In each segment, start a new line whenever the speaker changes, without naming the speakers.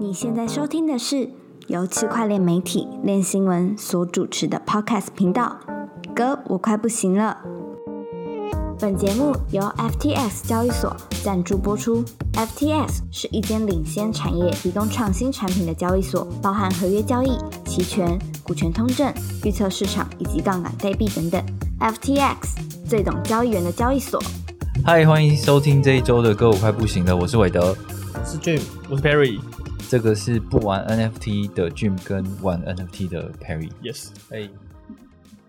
你现在收听的是由区块链媒体链新闻所主持的 Podcast 频道。哥，我快不行了。本节目由 FTX 交易所赞助播出。FTX 是一间领先产业、提供创新产品的交易所，包含合约交易、期权、股权通证、预测市场以及杠杆代币等等。FTX 最懂交易员的交易所。
嗨，欢迎收听这一周的歌舞快不行了，我是韦德。
是 Jim，我是 Perry。
这个是不玩 NFT 的 Jim 跟玩 NFT 的 Perry。
Yes，哎、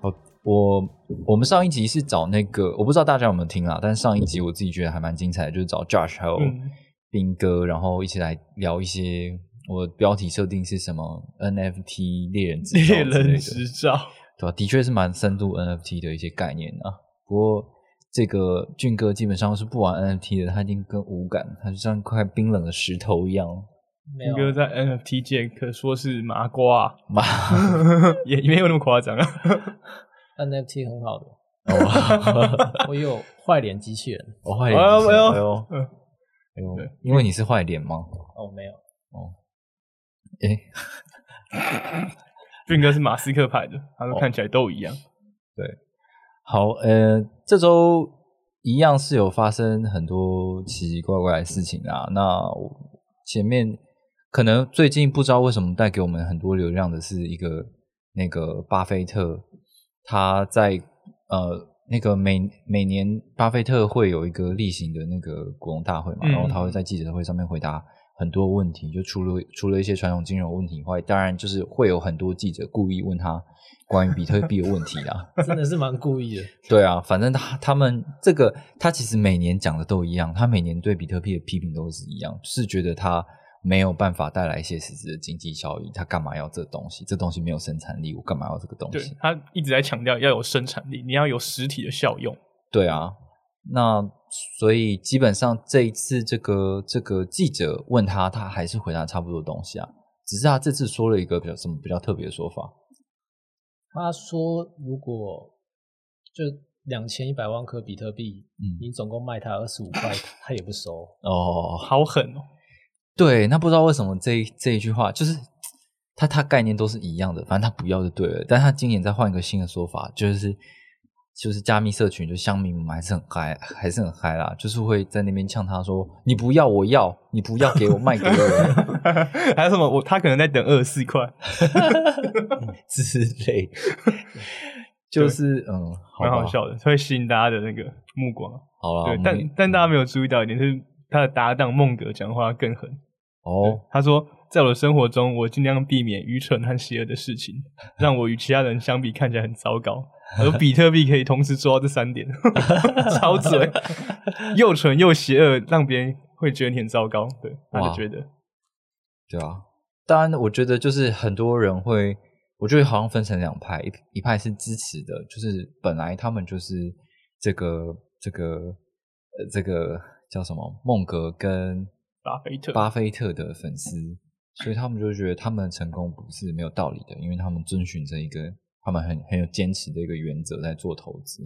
好，我我们上一集是找那个，我不知道大家有没有听啊，但是上一集我自己觉得还蛮精彩的，就是找 Josh 还有
哦
嗯
斌哥，然后一起来聊一些我标题设定是什么 NFT 猎人之
猎
道之类
人
的
执照，
对吧、啊的确是蛮深度 NFT 的一些概念啊。不过这个俊哥基本上是不玩 NFT 的，他已经跟无感，他就像块冰冷的石头一样。
斌哥在 NFT 界可说是麻瓜、 啊，
妈，
也也没有那么夸张啊。
NFT 很好的，
哦
我有坏脸机器人
我坏脸
哎呦
是，
哎呦
哎呦，
嗯
哎
对
呦，因为你是坏脸吗？
哦，没有，
诶，
俊哥是马斯克派的，他
哦
们看起来都一样。
好，呃，这周一样是有发生很多奇奇怪怪的事情啊。那我前面可能最近不知道为什么带给我们很多流量的是一个那个巴菲特，他在呃那个每每年巴菲特会有一个例行的那个股东大会嘛，
嗯
然后他会在记者会上面回答很多问题，就除了除了一些传统金融问题以外，当然就是会有很多记者故意问他关于比特币的问题啊。
真的是蛮故意的。
对啊，反正他他们这个他其实每年讲的都一样，他每年对比特币的批评都是一样，是觉得它没有办法带来一些实质的经济效益，他干嘛要这东西？这东西没有生产力，我干嘛要这个东
对
西？
他一直在强调要有生产力，你要有实体的效用。
对啊，那所以基本上这一次这个这个记者问他，他还是回答差不多的东西啊，只是他这次说了一个比较什么比较特别的说法，
他说，如果就两千一百万颗比特币，
嗯
你总共卖他二十五 块，他也不收。
哦，
好狠哦！
对，那不知道为什么这一这一句话就是他他概念都是一样的，反正他不要就对了。但他今年再换一个新的说法，就是就是加密社群，就乡民们还是很嗨，还是很嗨啦，就是会在那边呛他说：“你不要，我要；你不要给我卖 给我
还有什么？我他可能在等二十四块，
之类。”就是嗯，好
蛮
吧
好。笑的，会吸引大家的那个目光。
好了，
对
我，们
但但
嗯
大家没有注意到一点，就是他的搭档孟格讲话更狠。
哦，
他说，在我的生活中，我尽量避免愚蠢和邪恶的事情，让我与其他人相比看起来很糟 糕。而比特币可以同时做到这三点， 超 准，又蠢又邪恶，让别人会觉得你很糟糕。对，他
哇
就觉得
对啊，当然，我觉得就是很多人会，我觉得好像分成两派，一一派是支持的，就是本来他们就是这个这个呃这个叫什么孟格跟
巴菲 特
巴菲特的粉丝，所以他们就觉得他们的成功不是没有道理的，因为他们遵循着一个他们很很有坚持的一个原则在做投资。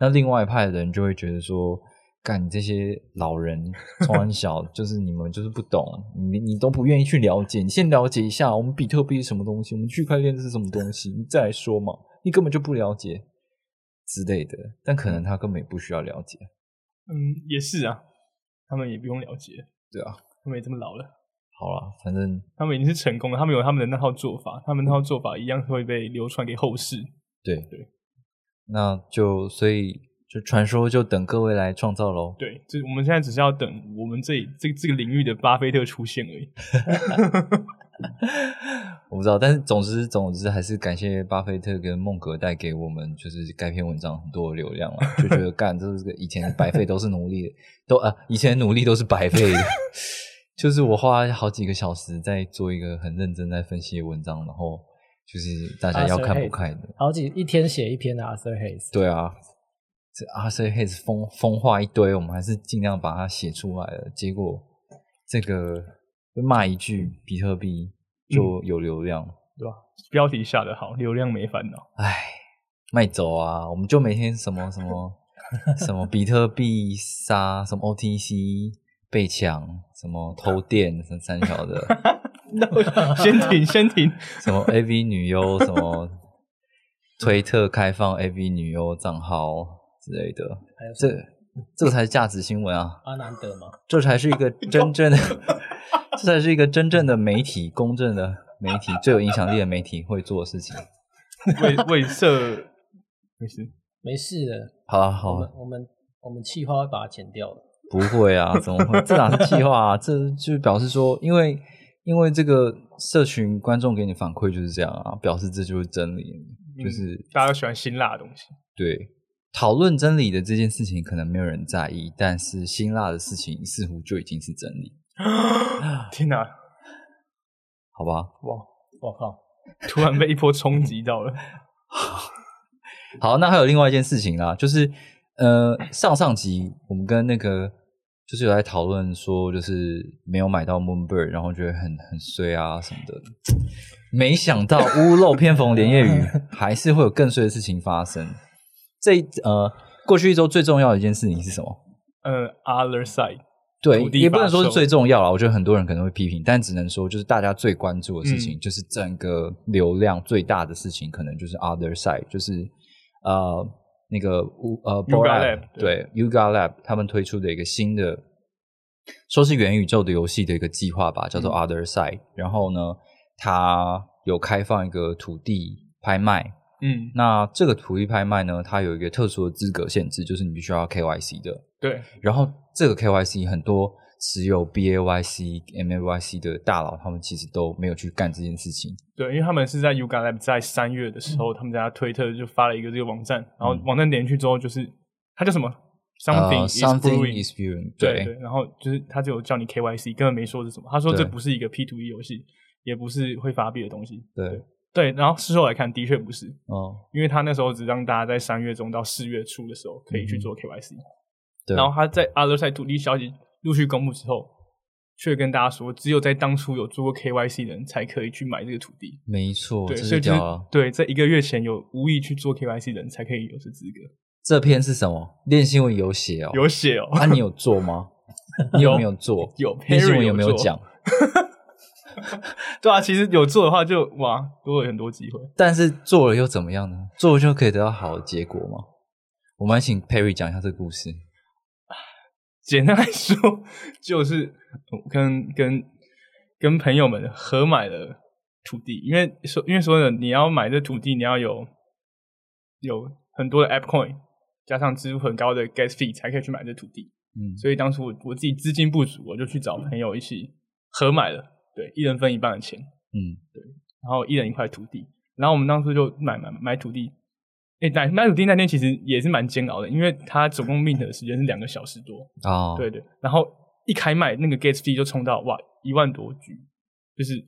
那另外一派的人就会觉得说，干你这些老人从很小 就是你们就是不懂，你你都不愿意去了解，你先了解一下我们比特币是什么东西，我们区块链是什么东西，你再来说嘛，你根本就不了解之类的。但可能他根本也不需要了解，
嗯也是啊，他们也不用了解，
对啊。
他们也这么老了，
好了，反正
他们已经是成功了，他们有他们的那套做法，他们那套做法一样会被流传给后世。
对
对，
那就所以就传说就等各位来创造喽。
对，这我们现在只是要等我们这这这个领域的巴菲特出现而已。
我不知道，但是总之总之还是感谢巴菲特跟孟格带给我们就是该篇文章很多的流量了，就觉得干这个以前的白费都是努力的，都啊以前的努力都是白费的。 就是我花好几个小时在做一个很认真在分析的文章，然后就是大家要看不看的，
好几一天写一篇的 Arthur Hayes，
对啊，这啊阿 Sir Hayes 风风话一堆，我们还是尽量把它写出来了。结果这个骂一句比特币就有流量，
对吧？标题下的好，流量没烦恼。
唉，卖走啊！我们就每天什么什么什么比特币杀，什么 OTC 被抢，什么偷电，什么三小的，
先停，先停。
什么 AV 女优，什么推特开放 AV 女优账号之类的，
还有
这这个才是价值新闻啊！
阿南德嘛，
这才是一个真正的， 这才是一个真正的媒体，公正的媒体，最有影响力的媒体会做的事情。
为为社， 没事，
没事的，
好了，
我
好
们
了，
我们我们气话会把它剪掉的。
不会啊，怎么会？这哪是计划啊？这就表示说，因为因为这个社群观众给你反馈就是这样啊，表示这就是真理，就是
嗯大家都喜欢辛辣的东西。
对，讨论真理的这件事情可能没有人在意，但是辛辣的事情似乎就已经是真理，
天哪、
好吧？
哇！
我靠，
突然被一波冲击到了，
好，那还有另外一件事情啦，就是呃，上上集我们跟那个就是有在讨论说，就是没有买到 Moonbird，然后觉得很很衰啊什么的。没想到屋漏偏逢连夜雨，还是会有更衰的事情发生。这一呃，过去一周最重要的一件事情是什么？
呃，other side，
对
土，地
也不能
发
说是
售
最重要了。我觉得很多人可能会批评，但只能说就是大家最关注的事
嗯
情，就是整个流量最大的事情，可能就是 Other Side，就是呃那个乌呃
Yuga
Borab，
Lab，
对 Yuga Lab 他们推出的一个新的，说是元宇宙的游戏的一个计划吧，叫做
嗯
Other Side、然后呢，它有开放一个土地拍卖，
嗯，
那这个土地拍卖呢，它有一个特殊的资格限制，就是你必须要 KYC 的。
对，
然后这个 KYC 很多持有 BAYC、MAYC 的大佬，他们其实都没有去干这件事情。
对，因为他们是在 Yuga Lab 在三月的时
嗯
候，他们在他推特就发了一个这个网站，然后网站点进去之后，就是它叫什么？Something
呃
is
something
brewing。
is brewing，
对对，然后就是他只有叫你 KYC，根本没说是什么。他说
对
这不是一个 P to E 游戏，也不是会发币的东西。
对，
对，然后事后来看，的确不是，
哦，
因为他那时候只让大家在三月中到四月初的时候可以去做 KYC，、
嗯对，
然后他在 Other Side 土地消息陆续公布之后，却跟大家说，只有在当初有做过 KYC 的人才可以去买这个土地。
没错，
对，
这
所
是
以就
叫
是
啊
对，在一个月前有无意去做 KYC 的人才可以有这资格，
这篇是什么？练新闻有写哦，
有写哦，
啊，你有做吗？你有没有做？
有
练新
Perry
闻
有
有没有
做
讲？
对啊，其实有做的话就哇多了很多机会。
但是做了又怎么样呢？做了就可以得到好的结果吗？我们来请 Perry 讲一下这个故事。
简单来说，就是我跟跟跟朋友们合买了土地，因为说因为说呢，你要买这土地，你要有有很多的 App Coin，加上支付很高的 Gas Fee 才可以去买这土地。
嗯，
所以当时我我自己资金不足，我就去找朋友一起合买了，对，一人分一半的钱，
嗯，
然后一人一块土地。然后我们当初就买买买土地，哎，买买土地那天其实也是蛮煎熬的，因为它总共 mint 的时间是两个小时多，
哦，
对对。然后一开卖，那个 gas fee 就冲到哇一万多 G，就是就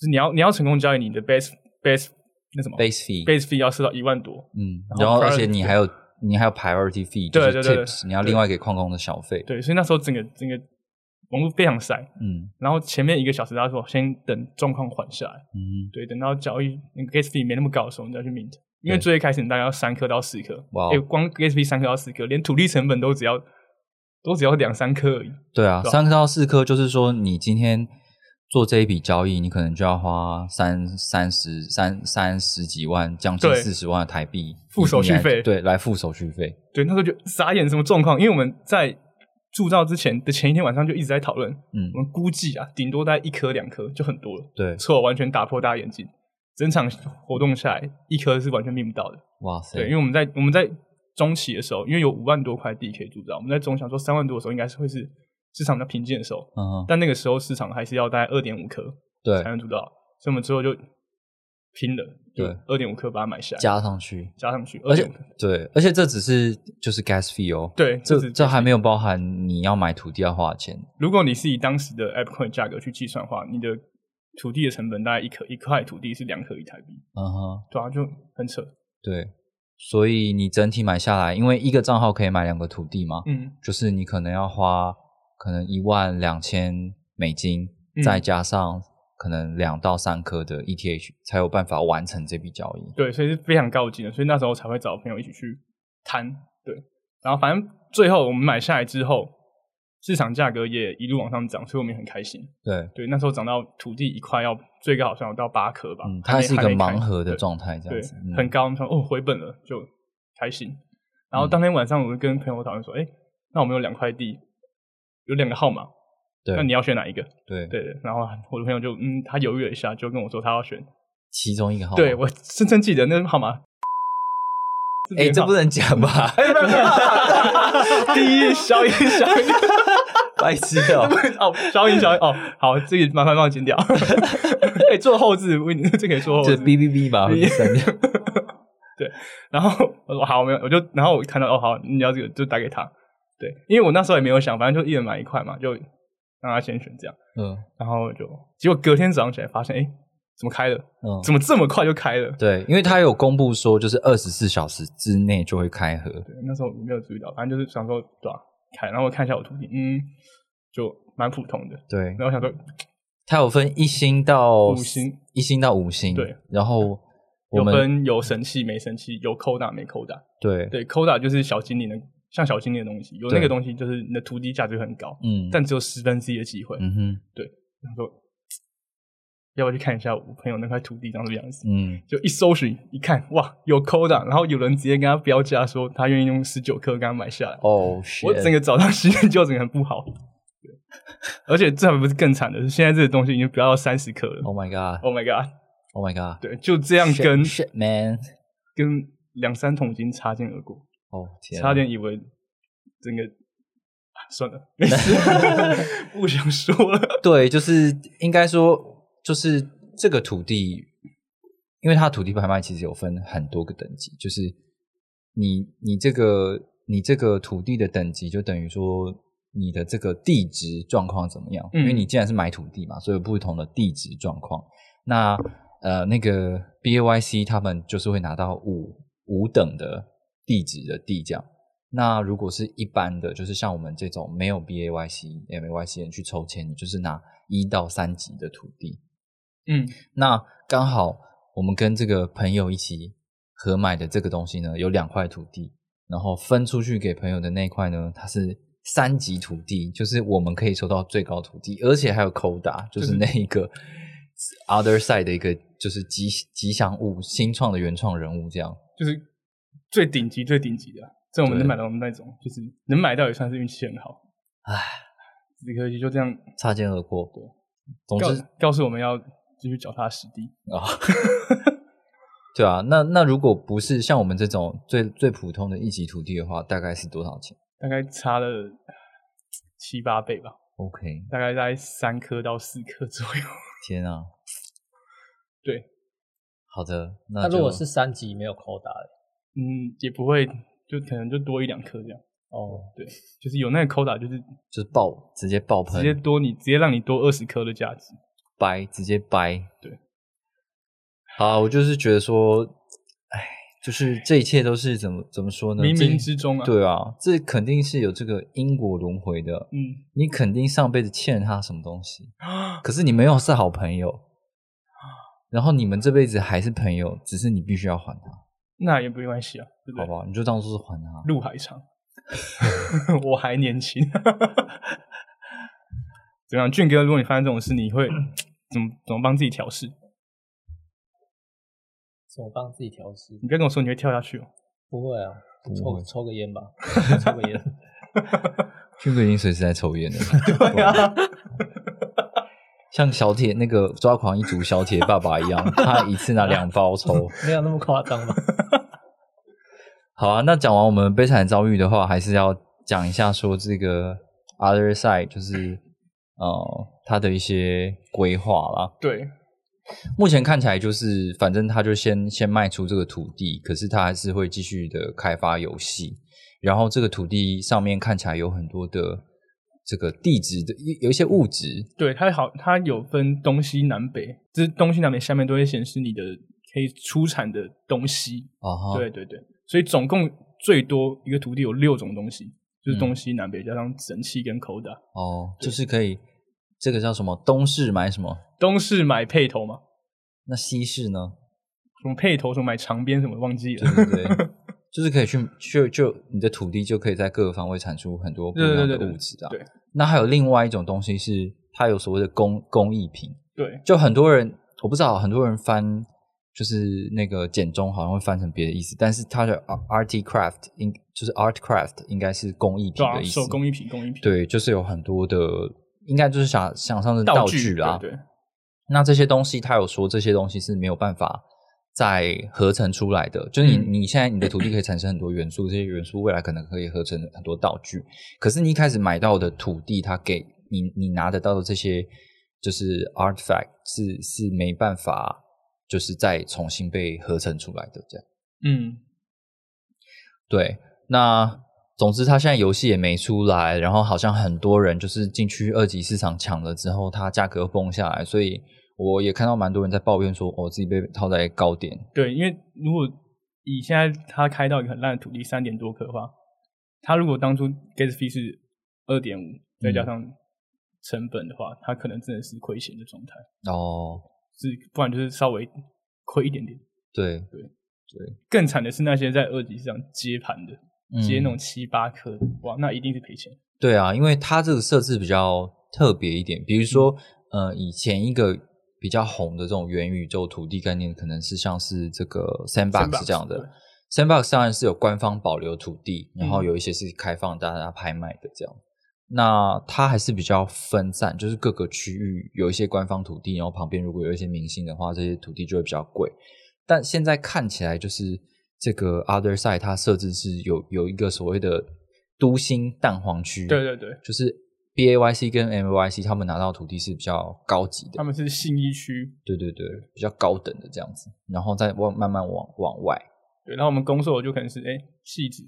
是你要你要成功交易，你的 base base 那什么
，base fee
base fee 要设到一万多，
嗯，
然
然
后
后而
priority
且你还有你还有 priority fee，就
对
是
对对对
tips，你要
对
另外给矿工的小费。
对，所以那时候整个整个网络非常塞。
嗯
然后前面一个小时，他说先等状况缓下来，
嗯，
对，等到交易那个 gas fee 没那么高的时候，你再去 mint。因为
对
最一开始你大概要三颗到四颗，
哇哦
诶光 gas fee 三颗到四颗，连土地成本都只要都只要两三颗而已。
对啊，
对啊
三颗到四颗就是说你今天做这一笔交易，你可能就要花三三十三三十几万，将近
对
四十万的台币
付手续
你来
费
对，来付手续费。
对，那时候就傻眼，什么状况？因为我们在铸造之前的前一天晚上就一直在讨论，
嗯
我，们估计啊，顶多大概一颗两颗就很多了。
对，
错，完全打破大家眼镜。整场活动下来，一颗是完全命不到的。
哇塞，
对，因为我们在我们在中期的时候，因为有五万多块地可以铸造，我们在中想说三万多的时候，应该是会是市场比较平静的时候，
嗯，
但那个时候市场还是要大概二点五颗
对
才，能铸造，所以我们之后就拼了，就
对
二点五颗把它买下来，
加上去，
加上去，
而且
2.5颗
对，而且这只是就是 gas fee 哦。
对，这
这
是
这还没有包含你要买土地要花的钱，
如果你是以当时的 App Coin 价格去计算的话，你的土地的成本大概一颗一块土地是两颗一台币，
嗯哼，
对啊，就很扯。
对，所以你整体买下来，因为一个账号可以买两个土地嘛，
嗯，
就是你可能要花可能一万两千美金，
嗯
再加上可能两到三颗的 ETH，才有办法完成这笔交易。
对，所以是非常高级的，所以那时候才会找朋友一起去摊。对，然后反正最后我们买下来之后，市场价格也一路往上涨，所以我们也很开心。
对，
对，那时候涨到土地一块要最高好像有到八颗吧，
嗯，
还没
它是一个
还没开
盲盒的
对
状态，这
对
样子，嗯，
很高。我们说哦，回本了就开心。然后当天晚上，我就跟朋友讨论说，哎、那我们有两块地，有两个号码，
对，
那你要选哪一个？
对
对对。然后我的朋友就嗯，他犹豫了一下，就跟我说他要选。
其中一个号码，
对我深深记得那个号码。哎
哎、这不能讲吧？
第一消音消音
白痴哦、
哦，消音消音哦，好，这个麻烦帮我剪掉。 哎、做后置， 我跟你这可以做后
这
置。
哔哔哔 吧，会删掉。
然后我说好，没有，我就然后我看到哦，好，你要这个就打给他。对，因为我那时候也没有想，反正就一人买一块嘛，就让他先选这样。
嗯
然后就结果隔天早上起来发现，哎，怎么开了？
嗯，
怎么这么快就开了？
对，因为他有公布说，就是二十四小时之内就会开盒。
对，那时候没有注意到，反正就是想说对吧、开，然后我看一下我图片，嗯，就蛮普通的。
对
然，后我想说，
它有分一星到
五星，
一星到五星。
对，
然后我
有
们
分有神器没神器，有扣打没扣打。
对
对，扣打就是小精灵的，像小精灵的东西，有那
对
个东西就是你的图地价值会很高，
嗯，
但只有十分之一的机会。
嗯哼
他说嘖要不要去看一下我朋友那块土地长什么样子？
嗯
就一搜寻一看，哇，有扣档，然后有人直接跟他标价说他愿意用十九颗给他买下来。
哦，
我
shit
整个早上 心情就整个很不好，对而且这还不是更惨的是，现在这个东西已经飙到三十颗了。
Oh my god，Oh
Oh my god！
my god，
对，就这样
Shit-
跟
shit man，
跟两三桶金擦肩而过，
哦天啊，
差点以为整个啊算了， 没事， 不想说了。
对，就是应该说，就是这个土地，因为它土地拍卖其实有分很多个等级，就是你你这个你这个土地的等级，就等于说你的这个地质状况怎么样？因为
嗯
你既然是买土地嘛，所以有不同的地质状况。那呃，那个 B A Y C 他们就是会拿到五五等的地址的地这样。那如果是一般的，就是像我们这种没有 B A Y C M A Y C 人去抽签，你就是拿一到三级的土地。
嗯，
那刚好我们跟这个朋友一起合买的这个东西呢，有两块土地，然后分出去给朋友的那一块呢，它是三级土地，就是我们可以抽到最高土地，而且还有扣打，就是那一个 other side 的一个就是吉吉祥物、新创的原创人物这样。
就是最顶级、最顶级的，这我们
对
能买到的那种，就是能买到也算是运气很好。
唉，
只可惜就这样
擦肩而过。总
告
之
告诉我们要继续脚踏实地。
啊，对啊，那那如果不是像我们这种最最普通的一级土地的话，大概是多少钱
大概差了七八倍吧，
？OK，
大概在三颗到四颗左右。
天啊，
对，
好的，那
那
就
如果是三级没有扣打的，
嗯，也不会，就可能就多一两颗这样。
哦，
对，就是有那个 quota，就是
就是爆直接爆
直接
喷，
多你直接让你多二十颗的价值。
掰直接掰，
对。
好啊，我就是觉得说，哎，就是这一切都是怎么怎么说呢？
冥冥
这
之中啊
对啊，这肯定是有这个因果轮回的。
嗯，
你肯定上辈子欠他什么东西，可是你们又是好朋友，然后你们这辈子还是朋友，只是你必须要还他，
那也没关系啊，对不
好
对
不？好？你就当做是还他。
路还长， 我还年轻。 怎么样，俊哥？如果你发生这种事，你会 怎么怎么帮自己调试？
怎么帮自己调试
你？不要跟我说你会跳下去哦。
不会啊，
不会
抽抽个 烟吧，抽个烟。
俊哥已经随时在抽烟了，对啊，像小铁那个抓狂一族小铁爸爸一样，他一次拿两包抽。
没有那么夸 张吧？
好啊，那讲完我们悲惨遭遇的话，还是要讲一下说这个 other side 就是呃他的一些规划啦。
对，
目前看起来就是，反正他就先先卖出这个土地，可是他还是会继续的开发游戏。然后这个土地上面看起来有很多的这个地质的有有一些物质，
对，它好，它有分东西南北，就是东西南北下面都会显示你的可以出产的东西。
啊哈，
对对对，所以总共最多一个土地有六种东西，
嗯
就是东西南北加上神器跟口打。
哦，就是可以，这个叫什么？东市买什么？
东市买配头嘛，
那西市呢？
什么配头，什么买长鞭，什么忘记
对
了。
不对？ 就是可以去去就你的土地就可以在各个方位产出很多不一
对
样
对
的
对对
物质啊。
对
那还有另外一种东西是，它有所谓的工工艺品，
对，
就很多人我不知道，很多人翻就是那个简中好像会翻成别的意思，但是它的 art craft 应就是 art craft 应该是工艺
对
品
啊，
的意思，
手工艺品，工艺品，
对，就是有很多的，应该就是想想象的
道
具啊啦，
对对
那这些东西，他有说这些东西是没有办法再合成出来的。就是你、
嗯
你现在你的土地可以产生很多元素，这些元素未来可能可以合成很多道具。可是你一开始买到的土地，它给你你拿得到的这些就是 artifact 是是没办法，就是再重新被合成出来的这样。
嗯，
对，那总之它现在游戏也没出来，然后好像很多人就是进去二级市场抢了之后，它价格又崩下来，所以我也看到蛮多人在抱怨说，我、哦自己被套在高点。
对，因为如果以现在他开到一个很烂的土地三点多克的话，他如果当初 gas fee 是二点五，再加上成本的话，他可能真的是亏钱的状态，
哦，
是不然就是稍微亏一点点。
对，
更惨的是那些在二级市场接盘的，
嗯
接那种七八颗的，哇，那一定是赔钱。
对啊，因为它这个设置比较特别一点，比如说，
嗯
呃，以前一个比较红的这种元宇宙土地概念，可能是像是这个 Sandbox 这样的。Sandbox 当然是有官方保留土地，然
嗯
后有一些是开放大家拍卖的这样。那它还是比较分散，就是各个区域有一些官方土地，然后旁边如果有一些明星的话，这些土地就会比较贵。但现在看起来，就是这个 Other Side 它设置是有有一个所谓的都心蛋黄区，
对对对，
就是 B A Y C 跟 M Y C 他们拿到土地是比较高级
他
的，
们是信义区，
对对对，比较高等的这样子，然后再往慢慢往往外。
对，然后我们攻受就可能是哎戏子，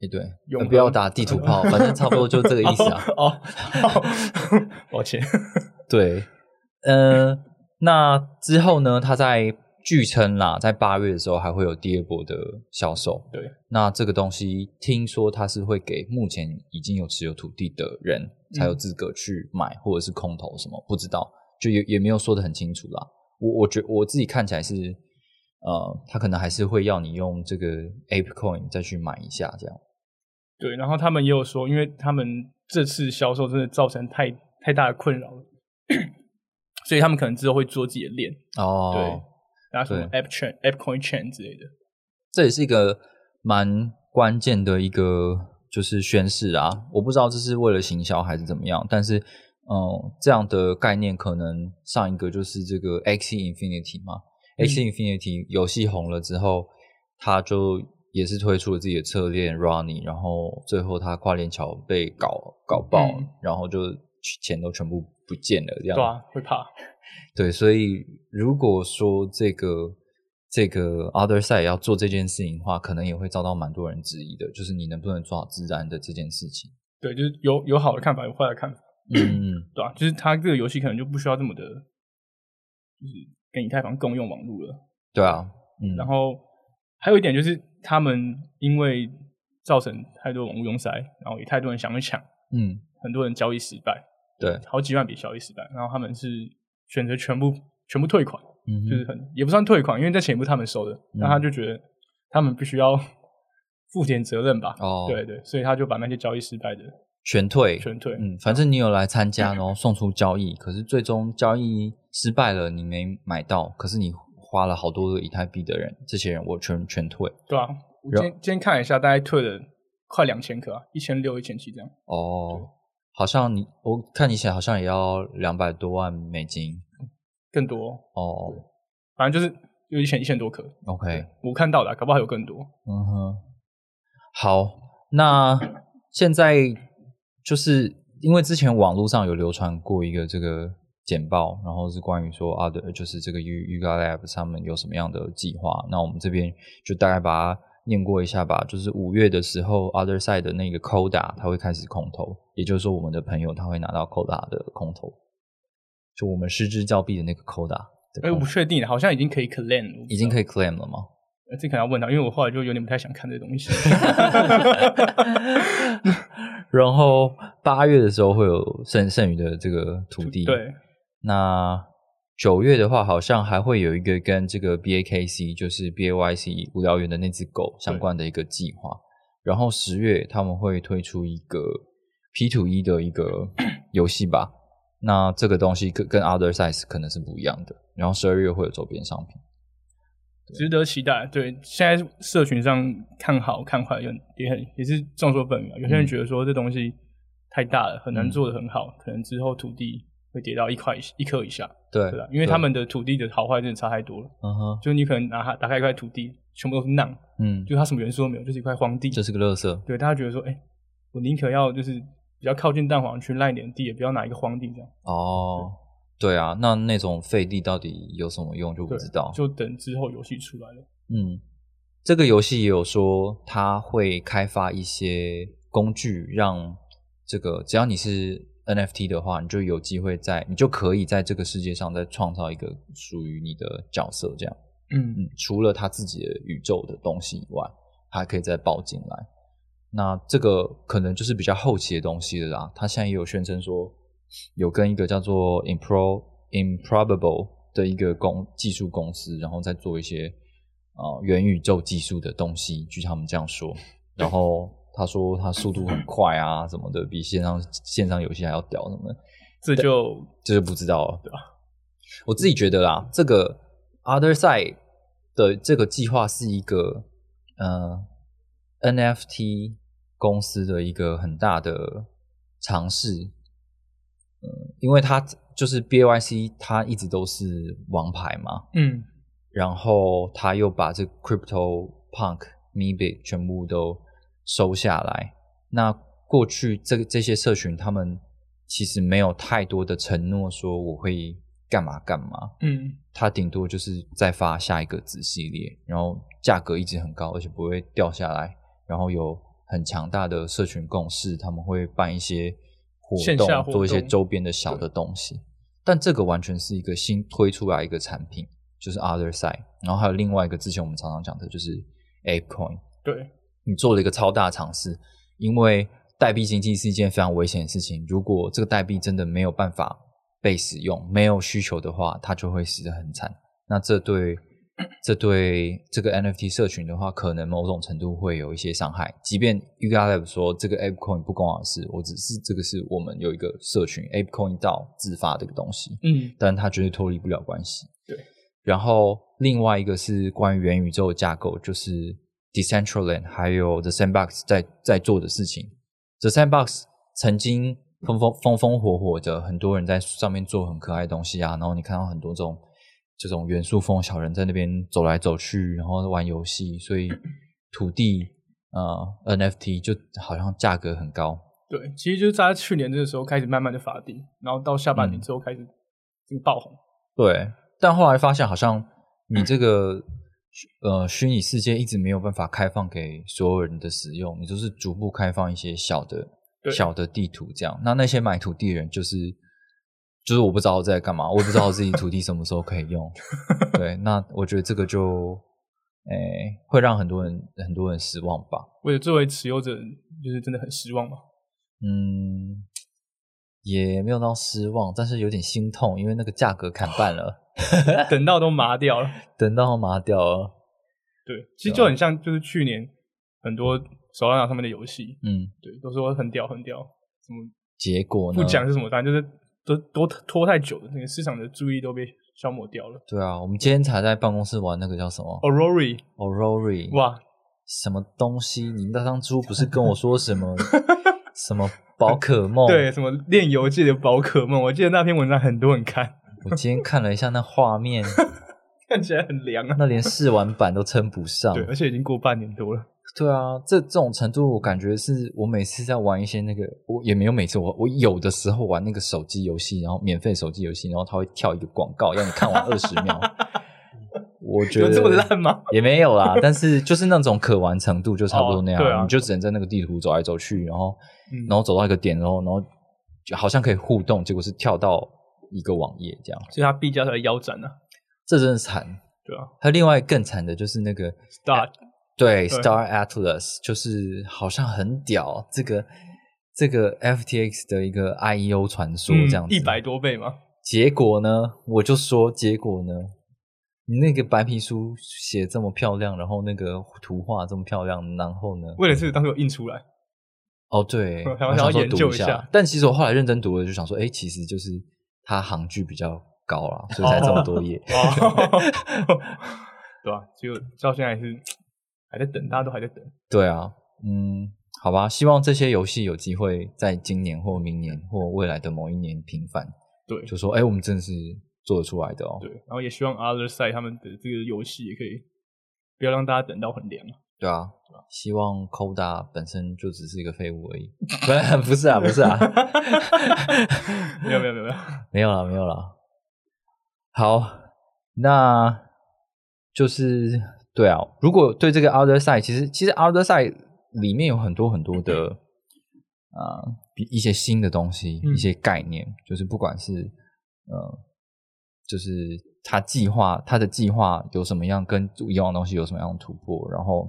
也对，呃
永恒
不要打地图炮，反正差不多就这个意思 啊。
哦，哦抱歉，
对，呃，那之后呢，它在据称啦，在八月的时候还会有第二波的销售。
对，
那这个东西听说它是会给目前已经有持有土地的人才有资格去买，或者是空投什么，不知道，就也也没有说的很清楚啦。我我觉我自己看起来是，呃，他可能还是会要你用这个 Ape Coin 再去买一下这样。
对，然后他们也有说，因为他们这次销售真的造成太太大的困扰了，所以他们可能之后会做自己的链，
哦，
对然后什么 App Chain、App Coin Chain 之类的。
这也是一个蛮关键的一个就是宣示啊，我不知道这是为了行销还是怎么样，但是嗯，这样的概念可能上一个就是这个 X Infinity 嘛、
嗯
x Infinity 游戏红了之后，它就也是推出了自己的策略 Ronnie，然后最后它跨链桥被搞搞爆，
嗯
然后就钱都全部不见了，这样
对啊，会怕。
对，所以如果说这个这个 other side 要做这件事情的话，可能也会遭到蛮多人质疑的，就是你能不能做好自然的这件事情。
对，就是有有好的看法，有坏的看法，
嗯，
对啊，就是他这个游戏可能就不需要这么的，就是跟以太坊共用网络了。
对啊，嗯，
然后还有一点就是，他们因为造成太多网络拥塞，然后也太多人想去抢，
嗯，
很多人交易失败，
对，
好几万笔交易失败，然后他们是选择全部全部退款，
嗯哼，
就是很也不算退款，因为这钱也不是他们收的，那他就觉得他们必须要负点责任吧。
哦，
对，对，所以他就把那些交易失败的
全退，
全退。
嗯，反正你有来参加，然后送出交易，可是最终交易失败了，你没买到，可是你花了好多的以太币的人，这些人我全全退。
对啊，我今天今天看了一下，大概退了快两千颗啊，一千六、一千七这样。
哦，好像你我看你写好像也要两百多万美金。
更多，
哦
反正就是有一千一千多颗，
，OK，
我看到的啊、搞不好有更多。
嗯哼，好，那现在就是因为之前网络上有流传过一个这个简报，然后是关于说啊，对，就是这个 U Uga Lab 上面有什么样的计划？那我们这边就大概把它念过一下吧。就是五月的时候，Other Side 的那个 Coda 它会开始空投，也就是说我们的朋友他会拿到 Coda 的空投，就我们失之交臂的那个 Coda 的
哎，我
空
不确定，好像已经可以 claim 了，
哦已经可
以，
以 claim 了吗？
呃这可能要问他，因为我后来就有点不太想看这 东西。
然后八月的时候会有剩剩余的这个土地，。
对，
那九月的话，好像还会有一个跟这个 BAKC，就是 BAYC 无聊猿的那只狗相关的一个计划。然后十月他们会推出一个 P to E 的一个游戏吧。那这个东西跟跟 Other Size 可能是不一样的。然后十二月会有周边商品，
值得期待。对，现在社群上看好看坏有也很也是众说纷纭啊。有些人
嗯
觉得说这东西太大了，很难
嗯
做的很好，可能之后土地会跌到一块以一克以下，
对
对吧？因为他们的土地的好坏真的差太多了。
嗯哼，
就你可能拿它打开一块土地，全部都是浪，
嗯，
就它什么元素都没有，就是一块荒地。
这是个乐色，
对，大家觉得说，哎、我宁可要就是比较靠近蛋黄区烂一点地，也不要拿一个荒地这样。
哦，对啊，那那种废地到底有什么用就不
对，
知道。
就等之后游戏出来了。
嗯，这个游戏也有说它会开发一些工具，让这个只要你是 NFT 的话，你就有机会在，你就可以在这个世界上再创造一个属于你的角色。这样，
嗯，
嗯，除了他自己的宇宙的东西以外，他还可以再包进来。那这个可能就是比较后期的东西了啦。他现在也有宣称说，有跟一个叫做 Impro Improbable 的一个公技术公司，然后再做一些啊、呃元宇宙技术的东西，据他们这样说。然后他说他速度很快啊，什么的，比线上线上游戏还要屌什么的。
这就
这就不知道了。我自己觉得啦，这个 Other Side 的这个计划是一个呃 NFT 公司的一个很大的尝试，嗯，因为它就是 BYC，它一直都是王牌嘛，
嗯
然后他又把这 Crypto Punk、Mebit 全部都收下来。那过去这这些社群，他们其实没有太多的承诺，说我会干嘛干嘛。
嗯
它顶多就是再发下一个子系列，然后价格一直很高，而且不会掉下来，然后有很强大的社群共识，他们会办一些活
线
动，
下活
做一些
动
周边的小的东西。但这个完全是一个新推出来一个产品，就是 Other Side，然后还有另外一个之前我们常常讲的就是 Ape Coin，
对，
你做了一个超大的尝试，因为代币经济是一件非常危险的事情。如果这个代币真的没有办法被使用，没有需求的话，它就会死得很惨。那这对这对这个 NFT 社群的话，可能某种程度会有一些伤害。即便 u g a Lab 说这个 Ape Coin 不关我的事，我只是这个是我们有一个社群 Ape Coin 到自发的一个东西，
嗯
但它绝对脱离不了关系。
对。
然后另外一个是关于元宇宙的架构，就是 Decentraland 还有 The Sandbox 在在做的事情。The Sandbox 曾经风风风风火火的，很多人在上面做很可爱的东西啊，然后你看到很多这种这种元素风小人在那边走来走去，然后玩游戏，所以土地呃 NFT 就好像价格很高，
对，其实就是在去年这个时候开始慢慢的发地，然后到下半
嗯
年之后开始这个爆红。
对，但后来发现好像你这个呃虚拟世界一直没有办法开放给所有人的使用，你就是逐步开放一些小的
对
小的地图这样。那那些买土地的人就是就是我不知道我在干嘛，我也不知道自己土地什么时候可以用。对，那我觉得这个就诶、会让很多人很多人失望吧。
我也作为持有者，就是真的很失望嘛。
嗯，也没有到失望，但是有点心痛，因为那个价格砍半了，
等到都麻 掉了。
等到麻掉了。
对，
啊
其实就很像就是去年很多手上上面的游戏，
嗯，
对，都说很屌很屌，什么
结果呢？
不讲是什么，反正就是都都拖太久了，那个市场的注意都被消磨掉了。
对啊，我们今天才在办公室玩那个叫什么
Aurori，
Orori，，
哦哇，
什么东西？你那当初不是跟我说什 么什么宝可梦？
对，，什么炼油界的宝可梦，我记得那篇文章很多人看，
我今天看了一下那画面，
看起来很凉啊。
那连试玩版都称不上。
对，而且已经过半年多了。
对啊，这这种程度，我感觉是我每次在玩一些那个，我也没有每次我我有的时候玩那个手机游戏，然后免费手机游戏，然后它会跳一个广告，让你看完二十 秒。我觉
有
得
这么烂吗？
也没有啦，但是就是那种可玩程度就差不多那样，
哦对啊
你就只能在那个地图走来走去，然后
嗯
然后走到一个点，然后然后就好像可以互动，结果是跳到一个网页这样，
所以他币价才腰斩啊，
这真的惨。
对啊，
还有另外更惨的就是那个
大
对
对
Star Atlas，就是好像很屌，这个这个 FTX 的一个 IEO 传说这样子，
嗯一百多倍嘛，
结果呢，我就说结果呢，你那个白皮书写这么漂亮，然后那个图画这么漂亮，然后呢，
为了这个当时有印出来，
哦，对，
我
我
想要
说
研
读
究
一
一下
但其实我后来认真读了，就想说，哎，其实就是它行距比较高啦，所以才这么多页。
哦， 对吧、就到现在还是还在等，大家都还在等。
对啊，嗯，好吧，希望这些游戏有机会在今年或明年或未来的某一年平反，
对
就说，哎，我们真的是做得出来的哦。
对，然后也希望 Other Side 他们的这个游戏也可以不要让大家等 到很凉 啊。
对啊，希望 Koda 本身就只是一个废物而已， 不，不是啊，不是啊，
没有没有没有没有，
没有了，没有了。好，那就是对啊。如果对这个 Other Side，其实其实 Other Side 里面有很多很多的啊、呃比一些新的东西，
嗯
一些概念，就是不管是呃，就是他计划他的计划有什么样，跟以往的东西有什么样的突破，然后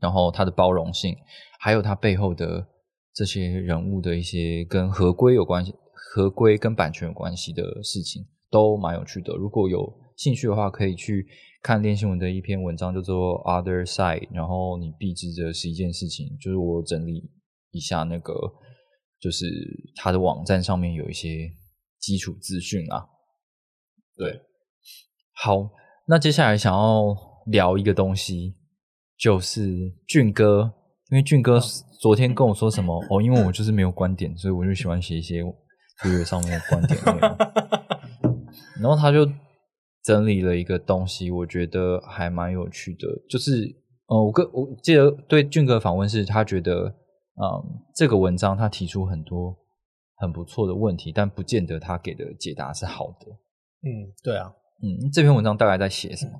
然后它的包容性，还有它背后的这些人物的一些跟合规有关系、合规跟版权有关系的事情，都蛮有趣的。如果有兴趣的话，可以去看练新闻的一篇文章，叫做《Other Side》，然后你必知的是一件事情，就是我整理一下那个，就是它的网站上面有一些基础资讯啊。对，好，那接下来想要聊一个东西，就是俊哥，因为俊哥昨天跟我说什么哦，因为我就是没有观点，所以我就喜欢写一些推特上面的观点内容。然后他就整理了一个东西，我觉得还蛮有趣的，就是呃，我跟我记得对俊哥的访问是，他觉得嗯，这个文章他提出很多很不错的问题，但不见得他给的解答是好的。
嗯，对啊，
嗯，这篇文章大概在写什么？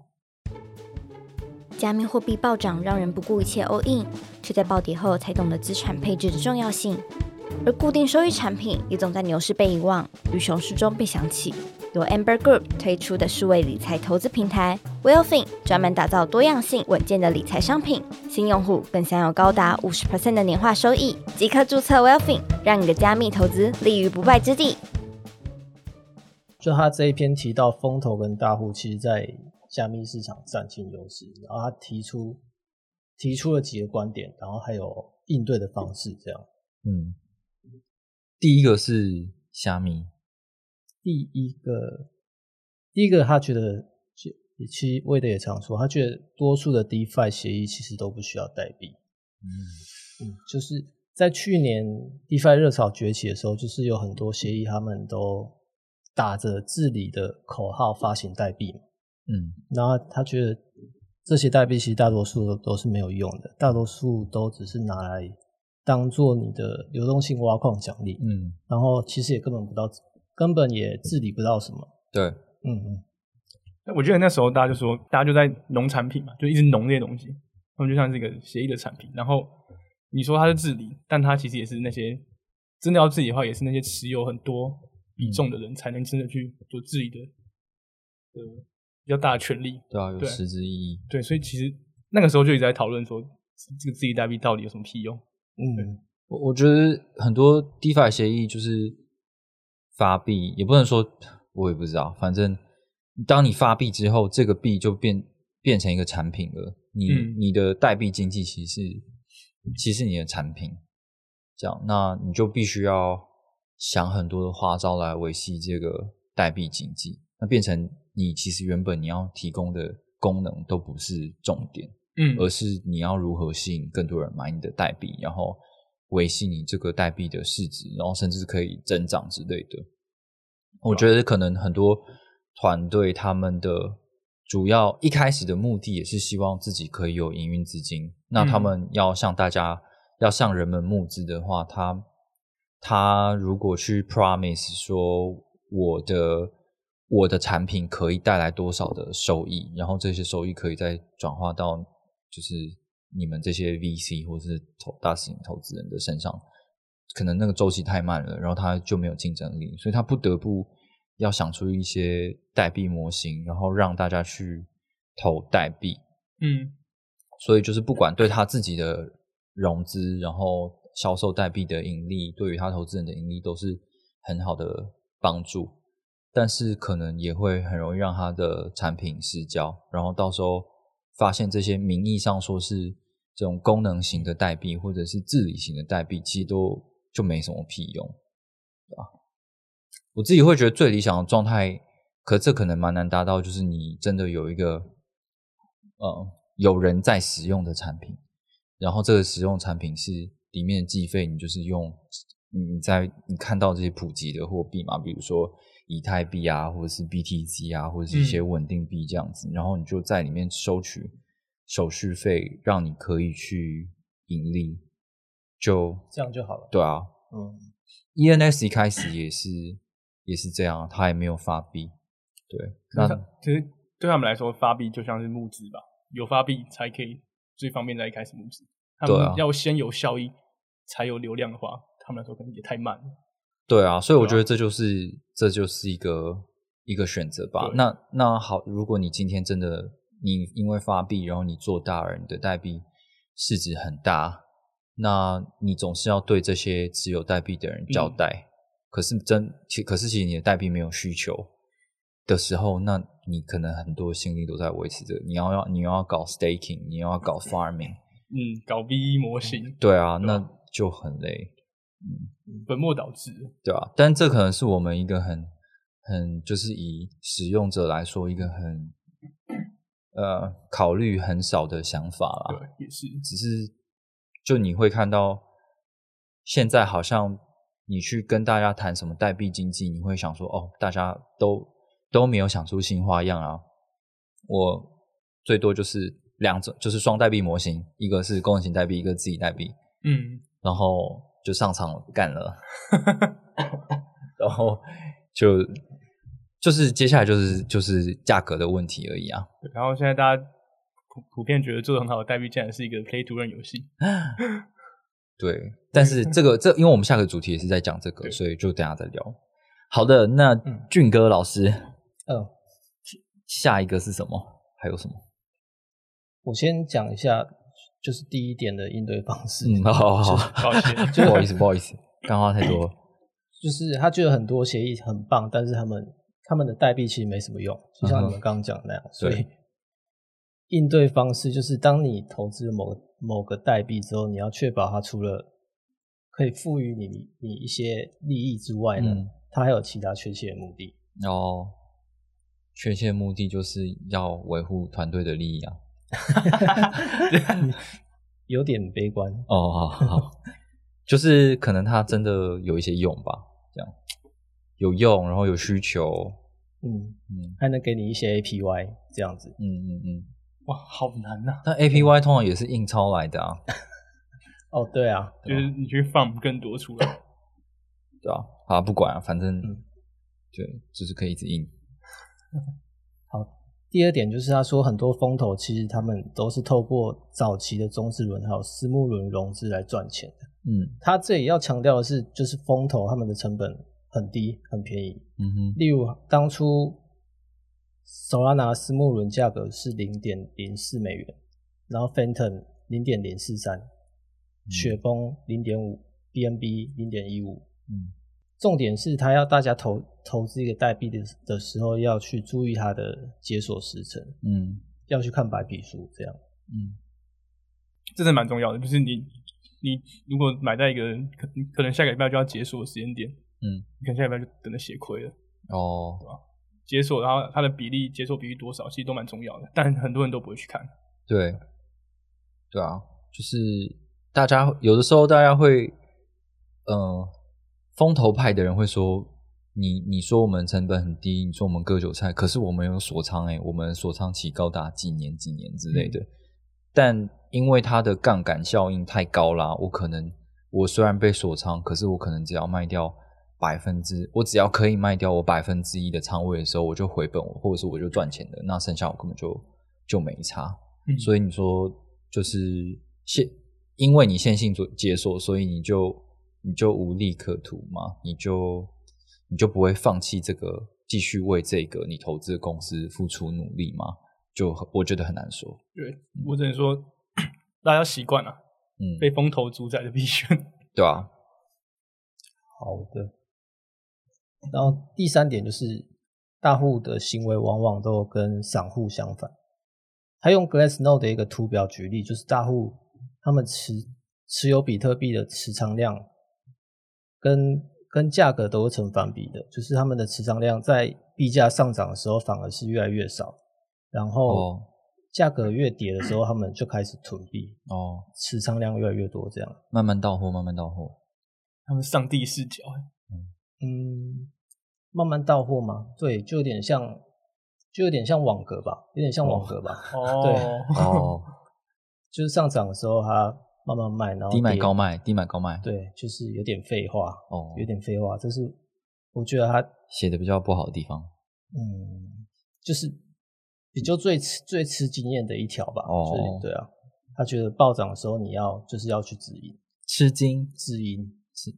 加密货币暴涨让人不顾一切 all in，却在暴跌后才懂得资产配置的重要性。而固定收益产品也总在牛市被遗忘，与熊市中被想起。由 Amber Group 推出的数位理财投资平台 Wealthing 专门打造多样性、稳健的理财商品，新用户更享有高达五十的年化收益。即刻注册 Wealthing，让你的加密投资立于不败之地。
就他这一篇提到风投跟大户，其实在加密市场占尽优势，然后他提出提出了几个观点，然后还有应对的方式。这样，
嗯，第一个是虾米，
第一个，第一个他觉得，其其实魏德也常说，他觉得多数的 DeFi 协议其实都不需要代币。嗯，就是在去年 DeFi 热潮崛起的时候，就是有很多协议他们都打着治理的口号发行代币嘛。
嗯
然后他觉得这些代币其实大多数都都是没有用的，大多数都只是拿来当做你的流动性挖矿奖励，
嗯，
然后其实也根本不到，根本也治理不到什么。
对，
嗯嗯，
那我觉得那时候大家就说，大家就在农产品嘛，就一直农这些东西，他们就像是一个协议的产品。然后你说它是治理，但它其实也是那些真的要治理的话，也是那些持有很多比重的人才能真的去做治理的的比较大的权利。
对啊，有
对
实质意义。
对，所以其实那个时候就一直在讨论说，这个治理代币到底有什么屁用？
嗯，
我我觉得很多 DeFi 协议就是发币，也不能说我也不知道，反正当你发币之后，这个币就变变成一个产品了。你、
嗯
你的代币经济其实是其实你的产品，这样，那你就必须要想很多的花招来维系这个代币经济。那变成你其实原本你要提供的功能都不是重点，
嗯
而是你要如何吸引更多人买你的代币，然后维系你这个代币的市值，然后甚至可以增长之类的。我觉得可能很多团队他们的主要一开始的目的也是希望自己可以有营运资金，那他们要向大家要向人们募资的话，他他如果去 promise 说我的我的产品可以带来多少的收益，然后这些收益可以再转化到就是你们这些 VC 或是投大型投资人的身上，可能那个周期太慢了，然后他就没有竞争力，所以他不得不要想出一些代币模型，然后让大家去投代币。
嗯
所以就是不管对他自己的融资，然后销售代币的盈利，对于他投资人的盈利都是很好的帮助，但是可能也会很容易让他的产品失焦，然后到时候发现这些名义上说是这种功能型的代币或者是治理型的代币，其实都就没什么屁用，对吧？我自己会觉得最理想的状态，可这可能蛮难达到，就是你真的有一个呃有人在使用的产品，然后这个使用产品是里面的计费，你就是用你你在你看到这些普及的货币嘛，比如说以太币啊，或者是 BTC 啊，或者是一些
嗯
稳定币这样子，然后你就在里面收取手续费，让你可以去盈利，就
这样就好了。
对啊，
嗯，
ENS E 一开始也是也是这样，啊它也没有发币。对，那
其实对他们来说，发币就像是募资吧，有发币才可以最方便在一开始募资。他
对啊
们要先有效益，才有流量的话，他们来说可能也太慢了。
对啊，所以我
对啊
觉得这就是、这就是一个一个选择吧。
对
那那好，如果你今天真的你因为发币，然后你做大了，你的代币市值很大，那你总是要对这些持有代币的人
嗯
交代。可是真其可是其实你的代币没有需求的时候，那你可能很多心力都在维持这个，你要要你要搞 staking，你要搞 farming。
嗯，搞 V 模型，
对啊，
对
那
吧
就很累，嗯
本末倒置。
对啊，但这可能是我们一个很很就是以使用者来说一个很呃考虑很少的想法啦。
对，也是。
只是就你会看到现在好像你去跟大家谈什么代币经济，你会想说哦，大家都都没有想出新花样啊。我最多就是两种，就是双代币模型，一个是功能型代币，一个自己代币。
嗯，
然后就上场干了， 然后就就是接下来就是就是价格的问题而已啊。
对然后现在大家普普遍觉得做的很好的代币，竟然是一个 Play to Run 游戏。
对，但是这个这因为我们下个主题也是在讲这个，
对
所以就等一下再聊。好的，那俊哥老师，
呃，
下一个是什么？还有什么？
我先讲一下，就是第一点的应对方式。
嗯，好好好，
抱 歉，
不好意思，不好意思，干话太多了。
就是他觉得很多协议很棒，但是他们他们的代币其实没什么用，就像我们刚刚讲的那样，所以应对方式就是，当你投资某个某个代币之后，你要确保它除了可以赋予你你一些利益之外呢，
嗯
它还有其他确切的目的。
然后，确切目的就是要维护团队的利益啊。
有点悲观，
哦，好好好， 就是可能它真的有一些用吧，这样有用，然后有需求，
嗯，
嗯
还能给你一些 APY 这样子。
嗯嗯嗯。
哇，好难呐、
但 APY 通常也是印钞来的啊，
哦，对啊，
就是你去放更多出来。
对吧、啊？好，不管啊，反正、
嗯
对，就是可以一直印。
第二点就是他说很多风投其实他们都是透过早期的中资轮还有私募轮融资来赚钱的。
嗯
他这里要强调的是，就是风投他们的成本很低很便宜。
嗯哼，
例如当初 Solana 私募轮价格是零点零四美元，然后 Phantom 零点零四三，雪崩零点五，BNB 零点一五。
嗯
重点是他要大家投投资一个代币的的时候，要去注意它的解锁时程。
嗯
要去看白皮书，这样
嗯
这是蛮重要的，就是你你如果买在一个可可能下个礼拜就要解锁的时间点，
嗯，
你可能下礼拜就等着血亏了。
哦，
解锁，然后它的比例，解锁比例多少，其实都蛮重要的，但很多人都不会去看。
对，对啊，就是大家有的时候大家会，呃，风投派的人会说，你你说我们成本很低，你说我们割韭菜，可是我们有锁仓哎、我们锁仓期高达几年几年之类的，但因为它的杠杆效应太高啦，我可能我虽然被锁仓，可是我可能只要卖掉。百分之，我只要可以卖掉我百分之一的仓位的时候，我就回本，或者是我就赚钱的，那剩下我根本就就没差。
嗯
所以你说就是现，因为你线性做解锁，所以你就你就无利可图嘛，你就你就不会放弃这个，继续为这个你投资的公司付出努力嘛？就很我觉得很难说，
对我只能说， 大家习惯了
嗯，
被风投主宰的币圈。
对啊，
好的。然后第三点就是，大户的行为往往都跟散户相反。他用 Glassnode 的一个图表举例，就是大户他们持持有比特币的持仓量跟跟价格都是成反比的，就是他们的持仓量在币价上涨的时候反而是越来越少，然
哦
后价格越跌的时候，他们就开始囤币，
哦，
持仓量越来越多这样。
慢慢到货，慢慢到货。
他们上帝视角，
嗯，慢慢到货吗？对，就有点像，就有点像网格吧，有点像网格吧，
哦，
哦，
就是上涨的时候它慢慢卖，然后
低买
跌
高，卖，低买高卖。，
对，就是有点废话，
哦，
有点废话，这是我觉得它，
写的比较不好的地方。
嗯，就是比较最吃最吃经验的一条吧，
哦
所以对啊，他觉得暴涨的时候你要就是要去止盈，
吃惊嗯
止盈，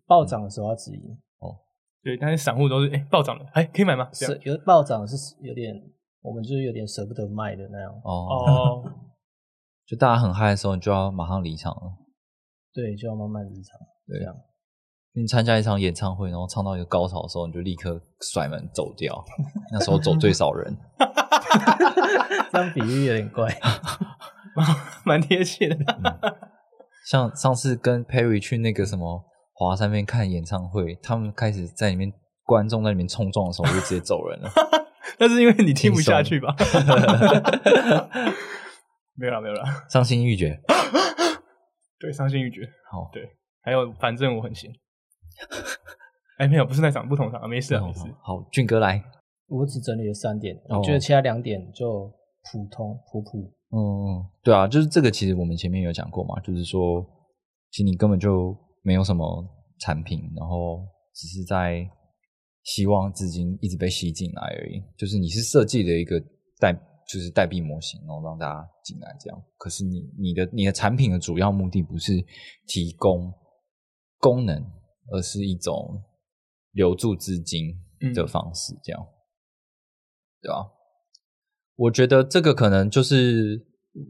暴涨的时候要止盈，
对，但是散户都是哎、暴涨了，哎、可以买吗？这
舍
样
有暴涨是有点，我们就是有点舍不得卖的那样，
哦，
哦，
就大家很嗨的时候，你就要马上离场了。
对，就要慢慢离场，
对
这样。
你参加一场演唱会，然后唱到一个高潮的时候，你就立刻甩门走掉。 那时候走最少人，
这样比喻有点怪。
蛮贴切的。
像上次跟 Perry 去那个什么华山那边看演唱会，他们开始在里面观众在里面冲撞的时候，我就直接走人了。
但是因为你听不下去吧？ 没有啦，没有啦，
伤心欲绝。
对，伤心欲绝。
好，
对，还有反正我很闲。哎、没有，不是那场，不同场，没事啊，
好
没事。
好，俊哥来。
我只整理了三点，
哦
我觉得其他两点就普通普普。
嗯，对啊，就是这个，其实我们前面有讲过嘛，就是说，其实你根本就没有什么产品，然后只是在希望资金一直被吸进来而已。就是你是设计了一个代，就是代币模型，然后让大家进来这样。可是你你的你的产品的主要目的不是提供功能，而是一种留住资金的
嗯
方式，这样，对吧、我觉得这个可能就是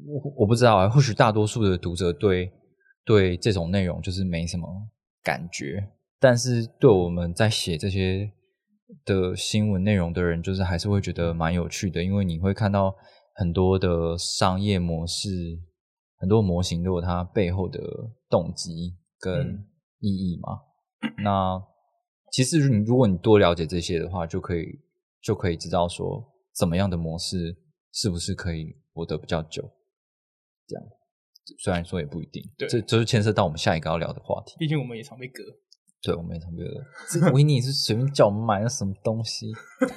我我不知道啊，或许大多数的读者对对这种内容就是没什么感觉，但是对我们在写这些的新闻内容的人，就是还是会觉得蛮有趣的，因为你会看到很多的商业模式，很多模型都有它背后的动机跟
嗯
意义嘛。那其实你如果你多了解这些的话，就可以就可以知道说怎么样的模式是不是可以活得比较久。这样，虽然说也不一定，
对
这这就牵涉到我们下一个要聊的话题。
毕竟我们也常被割。
对，我们也常被恶这 维尼是随便叫我们买了什么东西。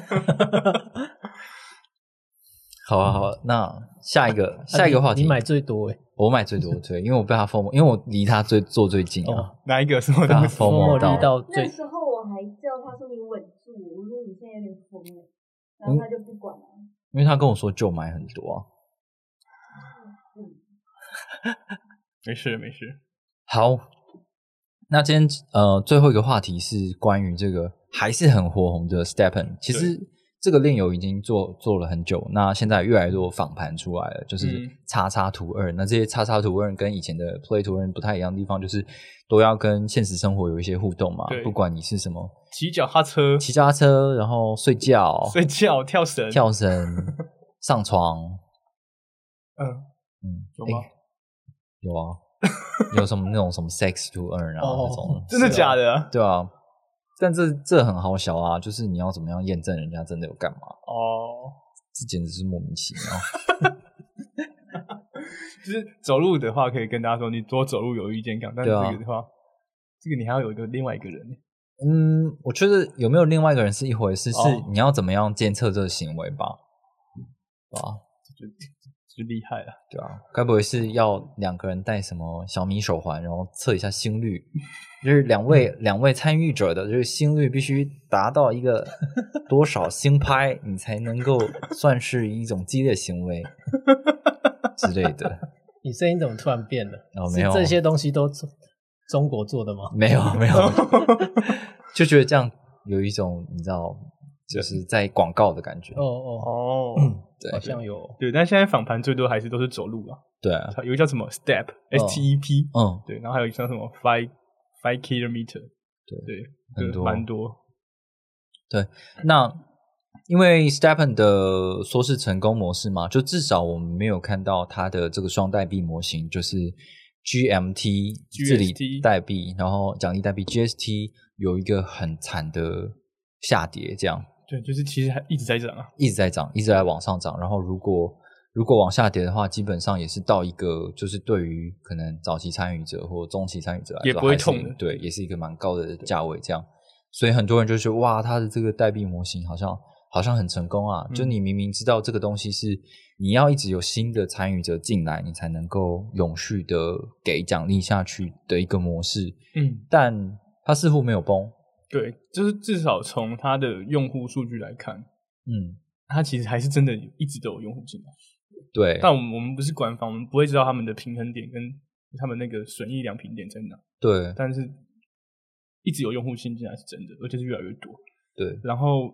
好啊，好啊，那下一个下一个话
啊
题，
你你买最多哎，
我买最多，对，因为我被他封魔，因为我离他最坐最近啊，
哦
哪一个是我
被
的
他？封魔
我力到
那
最
时候我还叫他说你稳住，我说你现在有点疯了，然后他就不管了。
因为他跟我说就买很多啊。
嗯，
没事没事，
好，那今天呃最后一个话题是关于这个还是很火红的 Stepen。其实这个链友已经做做了很久，那现在越来越多仿盘出来了，就是
嗯
叉叉图二。那这些叉叉图二跟以前的 Play 图二不太一样的地方，就是都要跟现实生活有一些互动嘛
对。
不管你是什么
骑脚踏车、
骑脚踏车，然后睡觉、
睡觉、跳绳、
跳 绳、上床，
嗯，
嗯，
有吗
诶有啊，有什么那种什么 sex to earn 啊、
哦
那种，
真的
是啊
假的？
对啊，但这这很好笑啊，就是你要怎么样验证人家真的有干嘛？
哦，
这简直是莫名其妙。
就是走路的话，可以跟大家说你多走路有益健康，但是
对啊
这个的话，这个你还要有一个另外一个人。
嗯，我觉得有没有另外一个人是一回事，
哦
是你要怎么样监测这个行为吧？对啊，
就就厉害了。
对啊，该不会是要两个人戴什么小米手环，然后测一下心率？就是两位、两位参与者的就是心率必须达到一个多少心拍，你才能够算是一种激烈行为之类的。
你声音怎么突然变了？
哦嗯
是
没有
这些东西都中中国做的吗？
没有没有，就觉得这样有一种你知道，就是在广告的感觉。
哦哦，
哦，
对
好像有。
对，但现在访盘最多还是都是走路啊，
对啊，
有一个叫什么 step，S T E P，
嗯，
对，然后还有一个叫什么 five five kilometer，
对
对，
很
就
多
蛮多。
那因为 Stepen 的说是成功模式嘛，就至少我们没有看到它的这个双代币模型，就是 GMT 治理
GST
代币，然后奖励代币 GST 有一个很惨的下跌，这样
对，就是其实还一直在涨啊。
一直在涨，一直在往上涨。然后如果如果往下跌的话，基本上也是到一个就是对于可能早期参与者或中期参与者来说
也不会
还是
痛的
对，也是一个蛮高的价位这样。所以很多人就说哇，他的这个代币模型好像好像很成功啊！
嗯
就你明明知道这个东西是你要一直有新的参与者进来，你才能够永续的给奖励下去的一个模式，
嗯，
但它似乎没有崩，
对，就是至少从它的用户数据来看，
嗯，
它其实还是真的一直都有用户进来。
对，
但我们我们不是官方，我们不会知道他们的平衡点跟他们那个损益两平点在哪，
对
但是一直有用户新进来是真的，而且是越来越多。
对，
然后，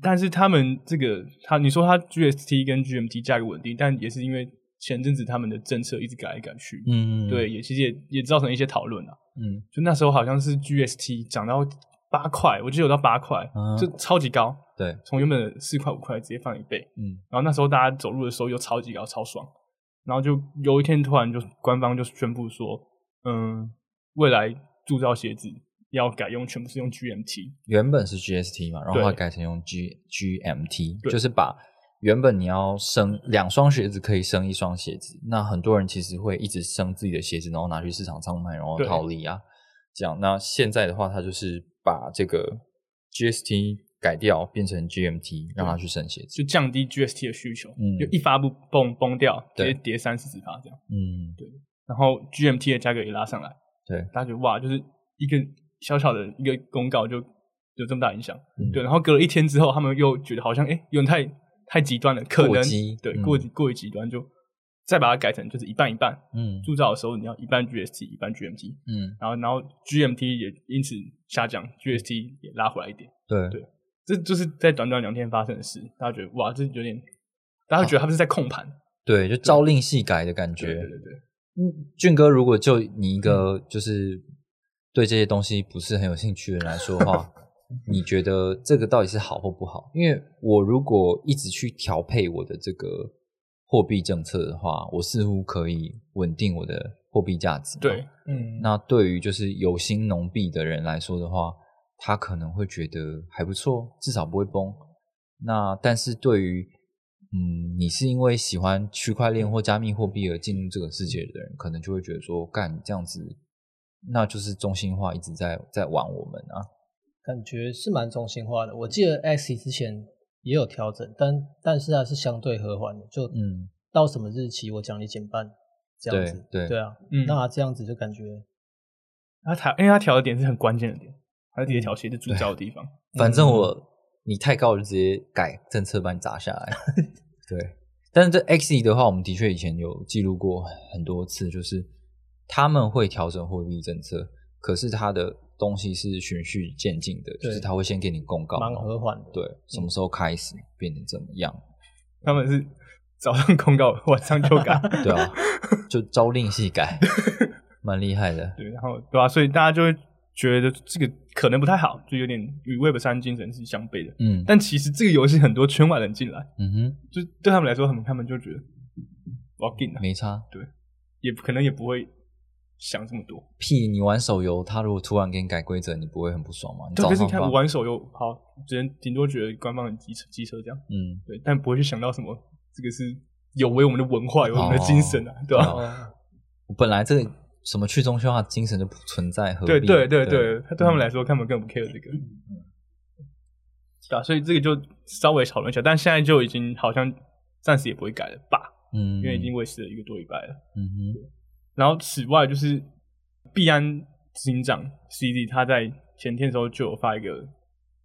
但是他们这个，他你说他 GST 跟 GMT 价格稳定，但也是因为前阵子他们的政策一直改来改去，
嗯，
对，，也其实也也造成一些讨论啊。
嗯，
就那时候好像是 GST 涨到八块，我记得有到八块，
嗯
就超级高，
对，
从原本的四块五块直接翻一倍。
嗯
然后那时候大家走路的时候又超级高超爽，然后就有一天突然就官方就宣布说，嗯，未来铸造鞋子要改用全部是用 GMT，
原本是 GST 嘛，然后
对
它改成用 G GMT，
对
就是把原本你要生两双鞋子可以生一双鞋子，那很多人其实会一直生自己的鞋子，然后拿去市场上卖，然后
对
套利啊，这样。那现在的话，它就是把这个 GST 改掉，变成 GMT，让它去生鞋子。
就降低 GST 的需求，
嗯
就一发不崩崩掉，直
对
接跌三四十趴这样，
嗯，
然后 GMT 的价格也拉上来，
对
大家觉得哇，就是一个小小的一个公告就有这么大影响，
嗯
对，然后隔了一天之后，他们又觉得好像哎、诶有点太太极端了，可
过
能
激
对
嗯
过极过于极端就。再把它改成就是一半一半，
嗯
铸造的时候，你要一半 GST 一半 GMT，
嗯，
然后然后 GMT 也因此下降，GST 也拉回来一点。
对
对这就是在短短两天发生的事，大家觉得哇，这有点，大家觉得他们是在控盘。
对，就朝令夕改的感啊觉。
对对对对，
俊哥，如果就你一个就是对这些东西不是很有兴趣的人来说的话，你觉得这个到底是好或不好？因为我如果一直去调配我的这个货币政策的话，我似乎可以稳定我的货币价值。
对，，嗯，
那对于就是有心农币的人来说的话，他可能会觉得还不错，至少不会崩。那但是对于嗯，你是因为喜欢区块链或加密货币而进入这个世界的人，可能就会觉得说，干你这样子，那就是中心化一直在在玩我们啊。
感觉是蛮中心化的。我记得 X 之前也有调整，但但是它是相对和缓的，就
嗯，
到什么日期我奖励减半这样子。
对对
啊，
嗯
那这样子就感觉
他调，因为他调的点是很关键的点，他直接调鞋是铸造的地方。嗯
反正我、你太高，我就直接改政策把你砸下来。 对，但是这 X 的话，我们的确以前有记录过很多次，就是他们会调整货币政策，可是它的东西是循序渐进的，就是他会先给你公告，
蛮和缓的。
对，什
嗯
么时候开始变成怎么样？
他们是 早上公告，晚上就改。
对啊，就朝令夕改，蛮厉害的。
对，然后对吧、啊所以大家就会觉得这个可能不太好，就有点与 Web 三精神是相悖的。
嗯
但其实这个游戏很多圈外人进来。
嗯哼，
就对他们来说，他们他们就觉得我要进了，
没差。
也可能也不会想这么多。
屁，你玩手游，他如果突然给你改规则，你不会很不爽吗？你
特
早
别是
上
你看
放
我玩手游，好，只能顶多觉得官方很机车机车这样，
嗯，
对，但不会去想到什么这个是有违我们的文化，有违我
哦
们的精神啊，对吧、
对啊 本来这个什么去中心化精神就不存在，何必？啊
对对
对
对
嗯
对，他对他们来说，他们根本不 care 这个。对啊，所以这个就稍微讨论一下，但现在就已经好像暂时也不会改了吧，
嗯，
因为已经维持了一个多礼拜了。
嗯哼，
然后此外就是币安执行长 CD 他在前天的时候就有发一个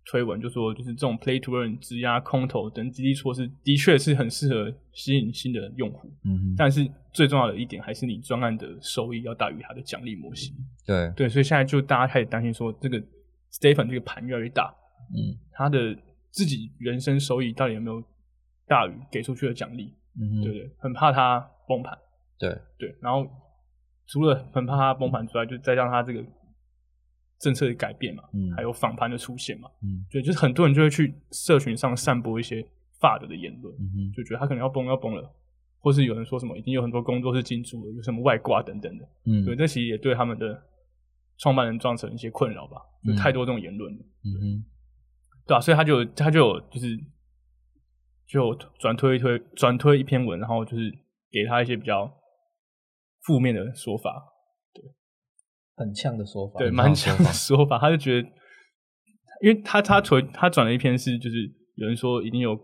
推文，就说就是这种 play to earn、质押、空投等激励措施，的确是很适合吸引新的用户。
嗯哼，
但是最重要的一点还是你专案的收益要大于它的奖励模型。
对，
对，所以现在就大家开始担心说，这个 Stephen 这个盘越来越大，
嗯
他的自己人生收益到底有没有大于给出去的奖励？
嗯哼，
对不对？很怕它崩盘。
对
对，然后除了很怕它崩盘之外，就再加上它这个政策的改变嘛，
嗯
还有反盘的出现嘛，
嗯
对，就是很多人就会去社群上散播一些发的的言论，
嗯哼，
就觉得它可能要崩要崩了，或是有人说什么已经有很多工作是进驻了，有什么外挂等等的。
嗯
对，这其实也对他们的创办人造成一些困扰吧，就
嗯
太多这种言论了，
嗯哼，
对啊，所以他就有他就有就是就转推一推转推一篇文，然后就是给他一些比较负面的说法，
很呛的说法，
对，
很
蛮
呛
强
的
的说法。他就觉得，因为他他传他转了一篇是，就是有人说已经有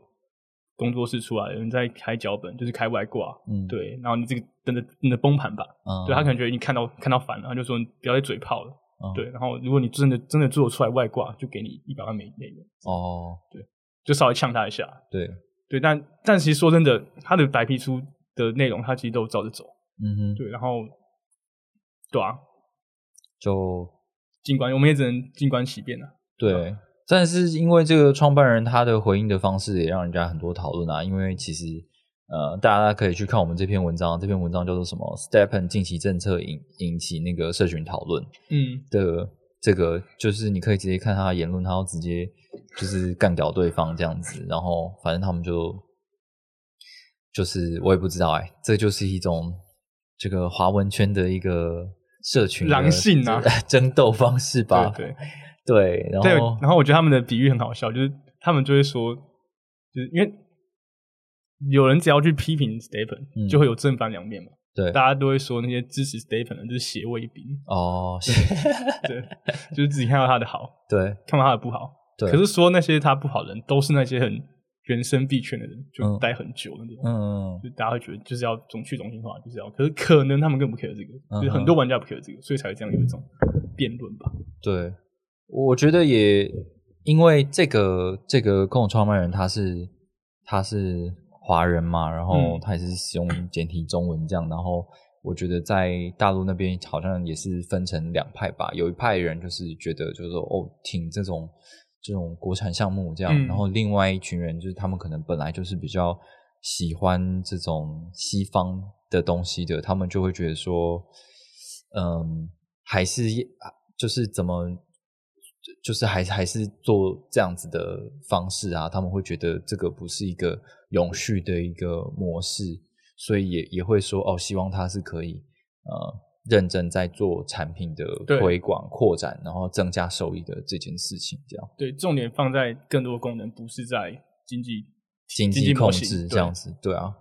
工作室出来，有人在开脚本，就是开外挂，
嗯，
对，然后你这个等着等着崩盘吧，
嗯，
对他可能觉得已经看到看到烦了，他就说你不要再嘴炮了，
嗯
对，然后如果你真的真的做出来外挂，就给你一百万美美元，
哦，
就稍微呛他一下，
对，
对，但但其实说真的，他的白皮书的内容他其实都照着走，
嗯哼，
对，然后对啊，
就
静观我们也只能静观其变啊，
对，但是因为这个创办人他的回应的方式也让人家很多讨论啊，因为其实呃，大家可以去看我们这篇文章，这篇文章叫做什么 “Stepen 近期政策引引起那个社群讨论
嗯”
的这个，就是你可以直接看他的言论，他要直接就是干掉对方这样子，然后反正他们就就是我也不知道哎、这就是一种这个华文圈的一个。社群的
狼性啊
争斗方式吧，
对对
对，然
对，
后
然后我觉得他们的比喻很好笑，就是他们就会说，就是因为有人只要去批评 Stapen，、
嗯
就会有正反两面嘛，
对
大家都会说那些支持 Stapen 的就是血卫兵，
哦，是
对，就是自己看到他的好，
对
看到他的不好，
对，
可是说那些他不好的人，都是那些很原生币圈的人，就
嗯
待很久的那种。
嗯，
就大家会觉得就是要总去中心化，就是要，可是可能他们更不 care 这个，就是
嗯哼
很多玩家不 care 这个，所以才会这样有一种辩论吧。
对，我觉得也因为这个这个共同创办人他是他是华人嘛，然后
嗯
他也是使用简体中文这样，然后我觉得在大陆那边好像也是分成两派吧，有一派人就是觉得就是说哦挺这种这种国产项目这样，
嗯
然后另外一群人就是他们可能本来就是比较喜欢这种西方的东西的，他们就会觉得说，嗯，还是就是怎么，就是还还是做这样子的方式啊，他们会觉得这个不是一个永续的一个模式，所以也也会说哦，希望它是可以呃认真在做产品的
对
推广扩展，然后增加收益的这件事情，这样
对，重点放在更多的功能，不是在经济
经
济
济控
模型
制这样。子，对啊，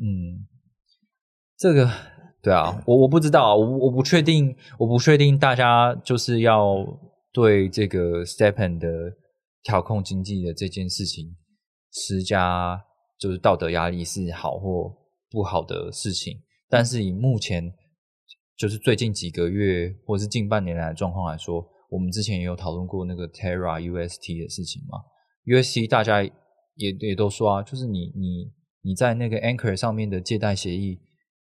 嗯，这个对啊，我我不知道啊，我我不确定，我不确定大家就是要对这个 Stepen 的调控经济的这件事情施加就是道德压力是好或不好的事情，但是以目前就是最近几个月或是近半年来的状况来说，我们之前也有讨论过那个 Terra UST 的事情嘛，UST 大家也也都说啊，就是你你你在那个 Anchor 上面的借贷协议，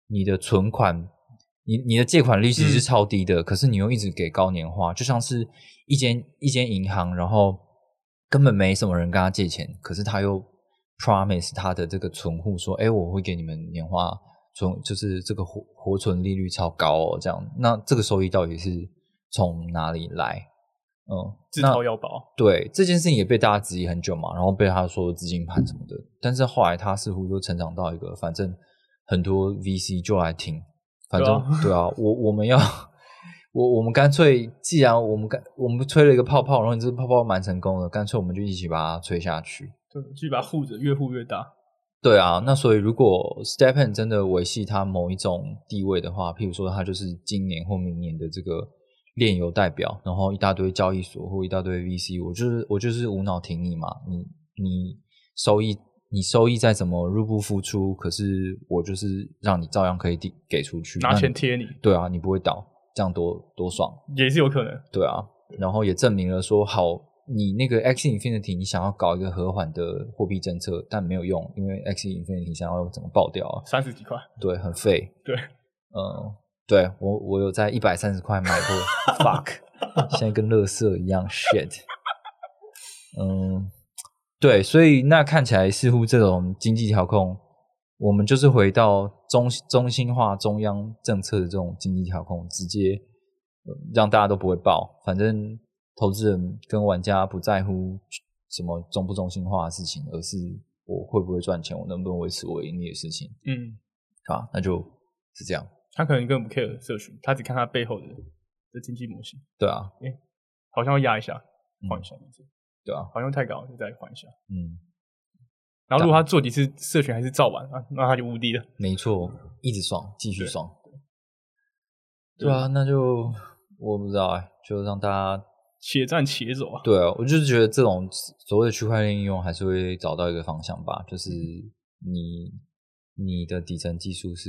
你的存款。你你的借款利息是
嗯
超低的，可是你又一直给高年化，就像是一间一间银行，然后根本没什么人跟他借钱，可是他又 promise 他的这个存户说，哎，我会给你们年化存，就是这个活活存利率超高哦，这样，那这个收益到底是从哪里来？嗯，
自
那
掏腰包，
对这件事情也被大家质疑很久嘛，然后被他说资金盘什么的，但是后来他似乎就成长到一个，反正很多 VC 就来听，反正
对啊
对啊，我我们要我我们干脆，既然我们干我们吹了一个泡泡，然后你这个泡泡蛮成功的，干脆我们就一起把它吹下去。
对，去把它护着，越护越大。
对啊，那所以如果 Stepen 真的维系它某一种地位的话，譬如说它就是今年或明年的这个炼油代表，然后一大堆交易所或一大堆 VC，我就是我就是无脑挺你嘛，你你收益你收益再怎么入不敷出，可是我就是让你照样可以抵给出去，
拿
嗯那你
钱贴你
对啊，你不会倒，这样多多爽。
也是有可能，
对啊，然后也证明了说，好，你那个 X Infinity 你想要搞一个和缓的货币政策，但没有用，因为 X Infinity 想要整个爆掉啊，
三十几块，
对，很废，
对，
嗯，对我我有在一百三十块买过，fuck，现在跟垃圾一样 shit，嗯，对，所以那看起来似乎这种经济调控。我们就是回到中中心化中央政策的这种经济调控，直接呃让大家都不会爆，反正投资人跟玩家不在乎什么中不中心化的事情，而是我会不会赚钱，我能不能维持我盈利的事情。
嗯，
发，那就是这样，
他可能根本不 care 社群，他只看他背后的的经济模型，
对啊，
好像要压一下，
嗯
换一下名字，
对啊，
好像太高了，就再换一下。
嗯，
然后如果他做几次社群还是照完啊，那他就无敌了。
没错，一直爽，继续
对
爽，对啊，那就我不知道哎、就让大家
且战且走啊！
对啊，我就是觉得这种所谓的区块链应用，还是会找到一个方向吧，就是你你的底层技术是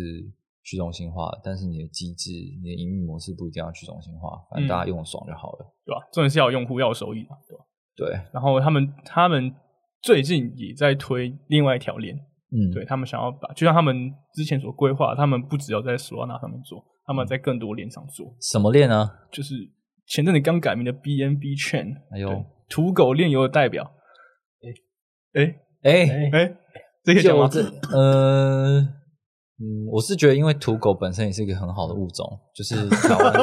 去中心化的，但是你的机制、你的营运模式不一定要去中心化，反正
嗯
大家用得爽就好了。
对吧？重点是要有用户要有收益嘛，对吧？
对，
然后他们他们最近也在推另外一条链，
嗯，
对他们想要把，就像他们之前所规划，他们不只要在 Solana 上面
嗯
做，他们在更多链上做，
什么链呢？
就是前阵子刚改名的 BNB Chain，
哎呦
对土狗链游的代表。哎
哎、
哎
哎哎，这个讲
就
吗？
这，呃，嗯，我是觉得，因为土狗本身也是一个很好的物种，就是台 湾，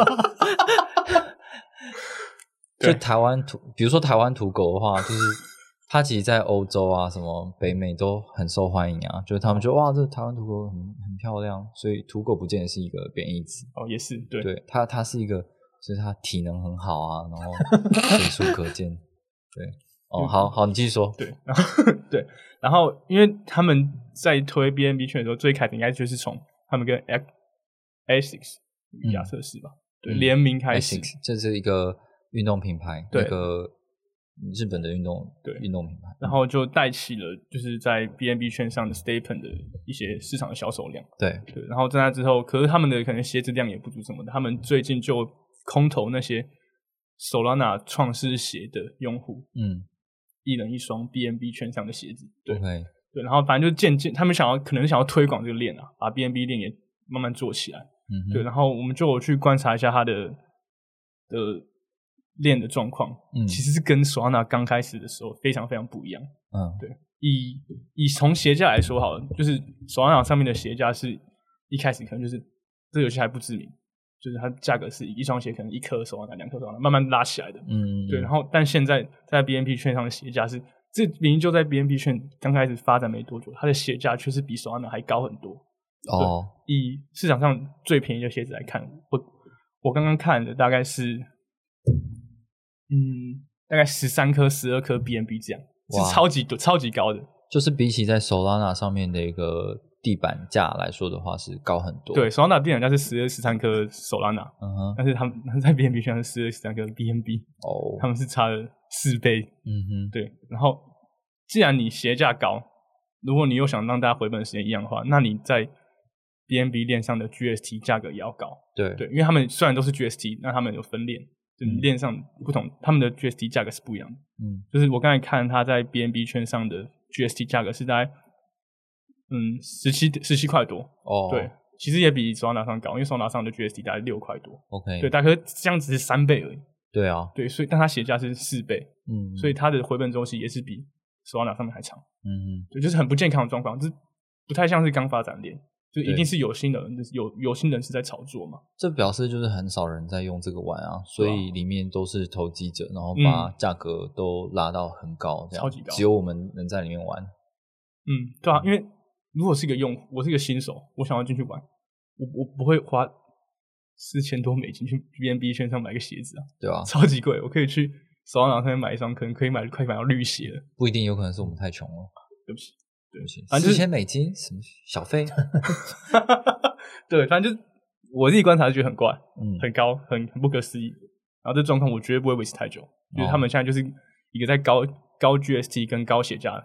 就
对
台湾土，比如说台湾土狗的话，就是它其实，在欧洲啊、什么北美都很受欢迎啊，就是他们觉得哇，这台湾土狗很很漂亮，所以土狗不见得是一个贬义词，
哦，也是对，
对它，它是一个，就是它体能很好啊， 然后随处可见，对，哦，好好，你继续说，
对，然后对，然后因为他们在推 BNB 圈的时候，最开始应该就是从他们跟 A- ASICS
嗯
亚测试吧，对，
嗯
联名开始，
Asics，这是一个运动品牌，
对
一个日本的运动
对
运动品牌。
然后就带起了就是在 BNB 圈上的 Stapen 的一些市场的销售量，
对，
对，然后在那之后，可是他们的可能鞋子量也不足什么的，他们最近就空投那些 Solana 创世鞋的用户，
嗯，
一人一双 BNB 圈上的鞋子，对，
，OK，
对，然后反正就渐渐，他们想要可能想要推广这个链啊，把 BNB 链也慢慢做起来。
嗯哼，
对，然后我们就有去观察一下它的的链的状况，
嗯
其实是跟 Solana 刚开始的时候非常非常不一样。
嗯，
以以从鞋架来说好了，就是 Solana 上面的鞋架是一开始可能就是这个游戏还不知名，就是它价格是一双鞋可能一颗 Solana 两颗 Solana 慢慢拉起来的。
嗯，
对，然
后，
后但现在在 BNP 券上的鞋价是，这明明就在 BNP 券刚开始发展没多久，它的鞋价却是比 Solana 还高很多。
哦，
以市场上最便宜的鞋子来看，我我刚刚看的大概是，嗯，大概十三颗、十二颗 BNB 这样，
哇
是超级多、超级高的。
就是比起在 Solana 上面的一个地板价来说的话，是高很多。
对，，Solana 电脑价是十二、十三颗 Solana，
嗯哼，
但是他们在 BNB 上是十二、十三颗 BNB，
哦，
他们是差了四倍
嗯哼，
对，然后既然你鞋价高，如果你又想让大家回本的时间一样的话，那你在 BNB 链上的 GST 价格也要高。
对，
对，因为他们虽然都是 GST，那他们有分链，就
嗯
链上不同，他们的 GST 价格是不一样的。
嗯，
就是我刚才看它在 BNB 圈上的 GST 价格是大概嗯十七十七块多，
哦，
对，其实也比 Solana 上高，因为 Solana 上的 GST 大概六块多，
，OK，
对，大概这样只是三倍而已。
对啊，
对，所以但它鞋价是四倍，
嗯，
所以它的回本周期也是比 Solana 上面还长，
嗯
对，就是很不健康的状况，就是不太像是刚发展链，就一
对
定是有心人，就是有有心人是在炒作嘛，
这表示就是很少人在用这个玩啊，所以里面都是投机者，然后
嗯
把价格都拉到很高，这样
超级高
只有我们能在里面玩。
嗯，对啊，因为如果是一个用户，我是一个新手，我想要进去玩，我我不会花四千多美金去 B N B 圈上买个鞋子啊，
对吧、
超级贵，我可以去 Solana 上面买一双，可能可以买快买到绿鞋了，
不一定，有可能是我们太穷了。
对不起，
对不起，
反正
四
就是
千美金什么小 费？
对，反正就是我自己观察就觉得很怪，
嗯，
很高，很很不可思议。然后这状况我绝对不会维持太久，就是他们现在就是一个在高高 GST 跟高血价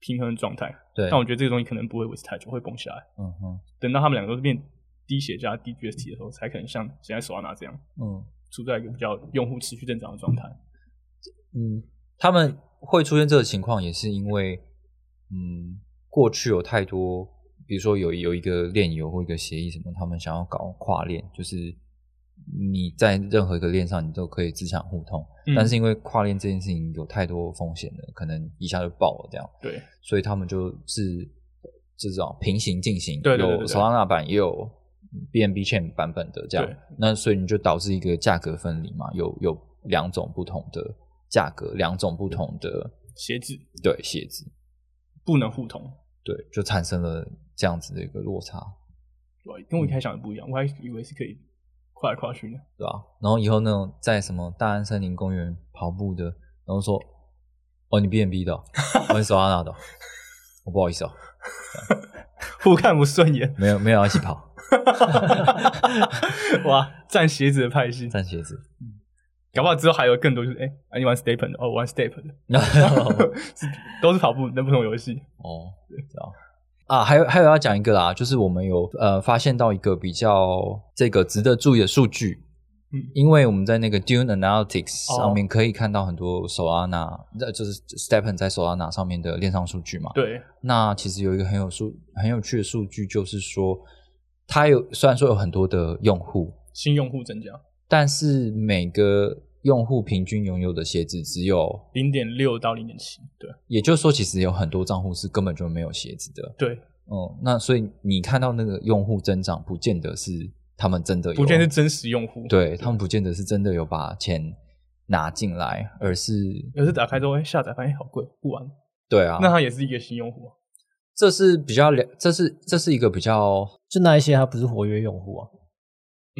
平衡的状态。
对，
但我觉得这个东西可能不会维持太久，会崩下来。
嗯哼，
等到他们两个都变低血价、低 GST 的时候，才可能像现在手拉拿这样，
嗯
处在一个比较用户持续增长的状态。
嗯，他们会出现这个情况，也是因为嗯，过去有太多，比如说有有一个链游或一个协议什么，他们想要搞跨链，就是你在任何一个链上，你都可以资产互通。
嗯
但是因为跨链这件事情有太多风险了，可能一下就爆了这样，
对
所以他们就是这种平行进行，
对对对
有
对对
Solana 版也有 BNB Chain 版本的这样
对，
那所以你就导致一个价格分离嘛，有有两种不同的价格，两种不同的
鞋子
对鞋子，
不能互通，
对，就产生了这样子的一个落差，
对吧跟我一开始想的不一样，我还以为是可以跨来跨去呢。
对吧、然后以后那种在什么大安森林公园跑步的，然后说：“哦，你 B N B 的哦，我是手拉拿的哦， 我不好意思哦，
互看不顺眼，
没有没有要一起跑，
哇，站鞋子的派系，
穿鞋子。
搞不好之后还有更多，就是哎、啊你玩 Step 的，哦，我玩 Step 的， 是都是跑步，那不同游戏。
哦，对啊。啊，还有还有要讲一个啦，就是我们有呃发现到一个比较这个值得注意的数据，
嗯
因为我们在那个 Dune Analytics
哦
上面可以看到很多 Solana，、呃就是 Stepen 在 Solana 上面的链上数据嘛。
对，
那其实有一个很有数很有趣的数据，就是说它有虽然说有很多的用户，
新用户增加
但是每个用户平均拥有的鞋子只有，
零点六到零点七，对
也就是说，其实有很多账户是根本就没有鞋子的。
对，
哦、那所以你看到那个用户增长，不见得是他们真的有，
不见得是真实用户，，
对他们不见得是真的有把钱拿进来，而是
有时打开之后哎下载发现哎好贵，不玩，
对啊，
那他也是一个新用户啊，
这是比较了，这是这是一个比较
就那一些他不是活跃用户啊，
嗯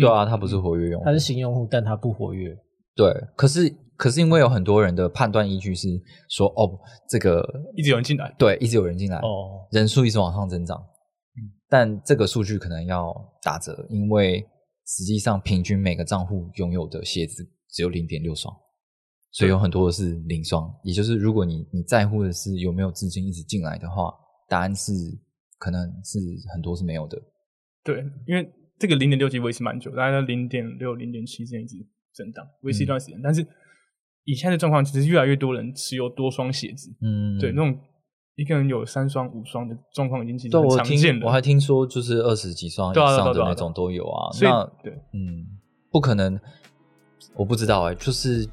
对啊，它不是活跃用户
他是新用户，但他不活跃。
对，可是可是因为有很多人的判断依据是说，哦，这个
一直有人进来，
对一直有人进来，
哦，
人数一直往上增长，
嗯
但这个数据可能要打折，因为实际上平均每个账户拥有的鞋子只有零点六双，所以有很多的是零双。也就是如果你你在乎的是有没有资金一直进来的话，答案是可能是很多是没有
嗯
的。
对，因为这个零点六级维持蛮久，大概在零点六、零点七之间一直震荡，维
嗯
持一段时间。但是以现在的状况，其实越来越多人持有多双鞋子，
嗯，
对那种一个人有三双、五双的状况已经其实
对
很
我
常见
听
的。
我还听说就是二十几双以
对啊对啊
上的
对啊对啊
那种都有啊，
所以
那
对
嗯，不可能，我不知道哎、就是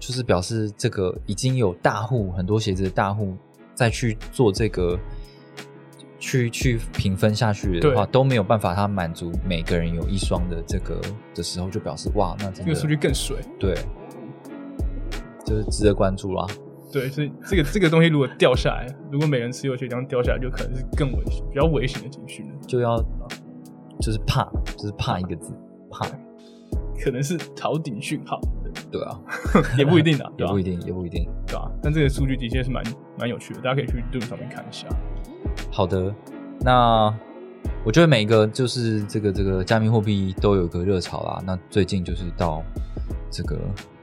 就是表示这个已经有大户很多鞋子的大户再去做这个去去评分下去的话，
对
都没有办法，他满足每个人有一双的这个的时候，就表示哇，那真
这个数
的
据更水，
对，就是值得关注啦。
对，所以这个这个东西如果掉下来，如果每个人持有鞋这样掉下来，就可能是更危险、比较危险的情绪了，
就要就是怕，就是怕一个字，怕，
可能是逃顶讯号，对
对啊，
也不一 定的，
也
对吧啊
不一？定，也不一定。
对吧？但这个数据的确是蛮蛮有趣的，大家可以去 d o 上面看一下。
好的，那我觉得每一个就是这个这个加密货币都有一个热潮啦。那最近就是到这个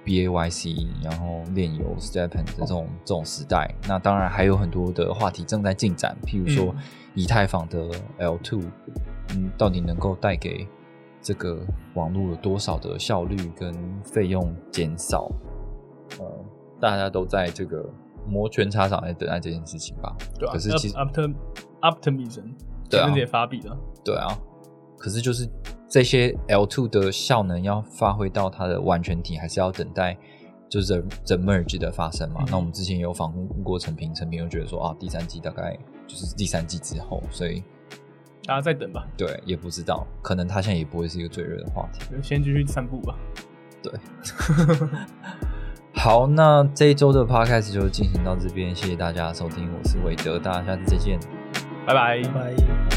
BAYC，然后链游 Stepen 的这种这种时代。那当然还有很多的话题正在进展，譬如说
嗯
以太坊的 L2，嗯，到底能够带给这个网络有多少的效率跟费用减少？呃，大家都在这个摩拳擦掌在等待这件事情吧。
对啊，
可是其实
Optim Optimism
对啊
前阵子也发币了，
对啊，可是就是这些 L2 的效能要发挥到它的完全体，还是要等待就是整整 merge 的发生嘛。
嗯
那我们之前也有访问过陈平，陈平就觉得说啊，第三季大概就是第三季之后，所以
大家再等吧，
对也不知道，可能它现在也不会是一个最热的话题。
就先继续散步吧。
好，那这一周的 podcast 就进行到这边，谢谢大家的收听，我是韦德，大家下次再见。
拜拜
拜。拜。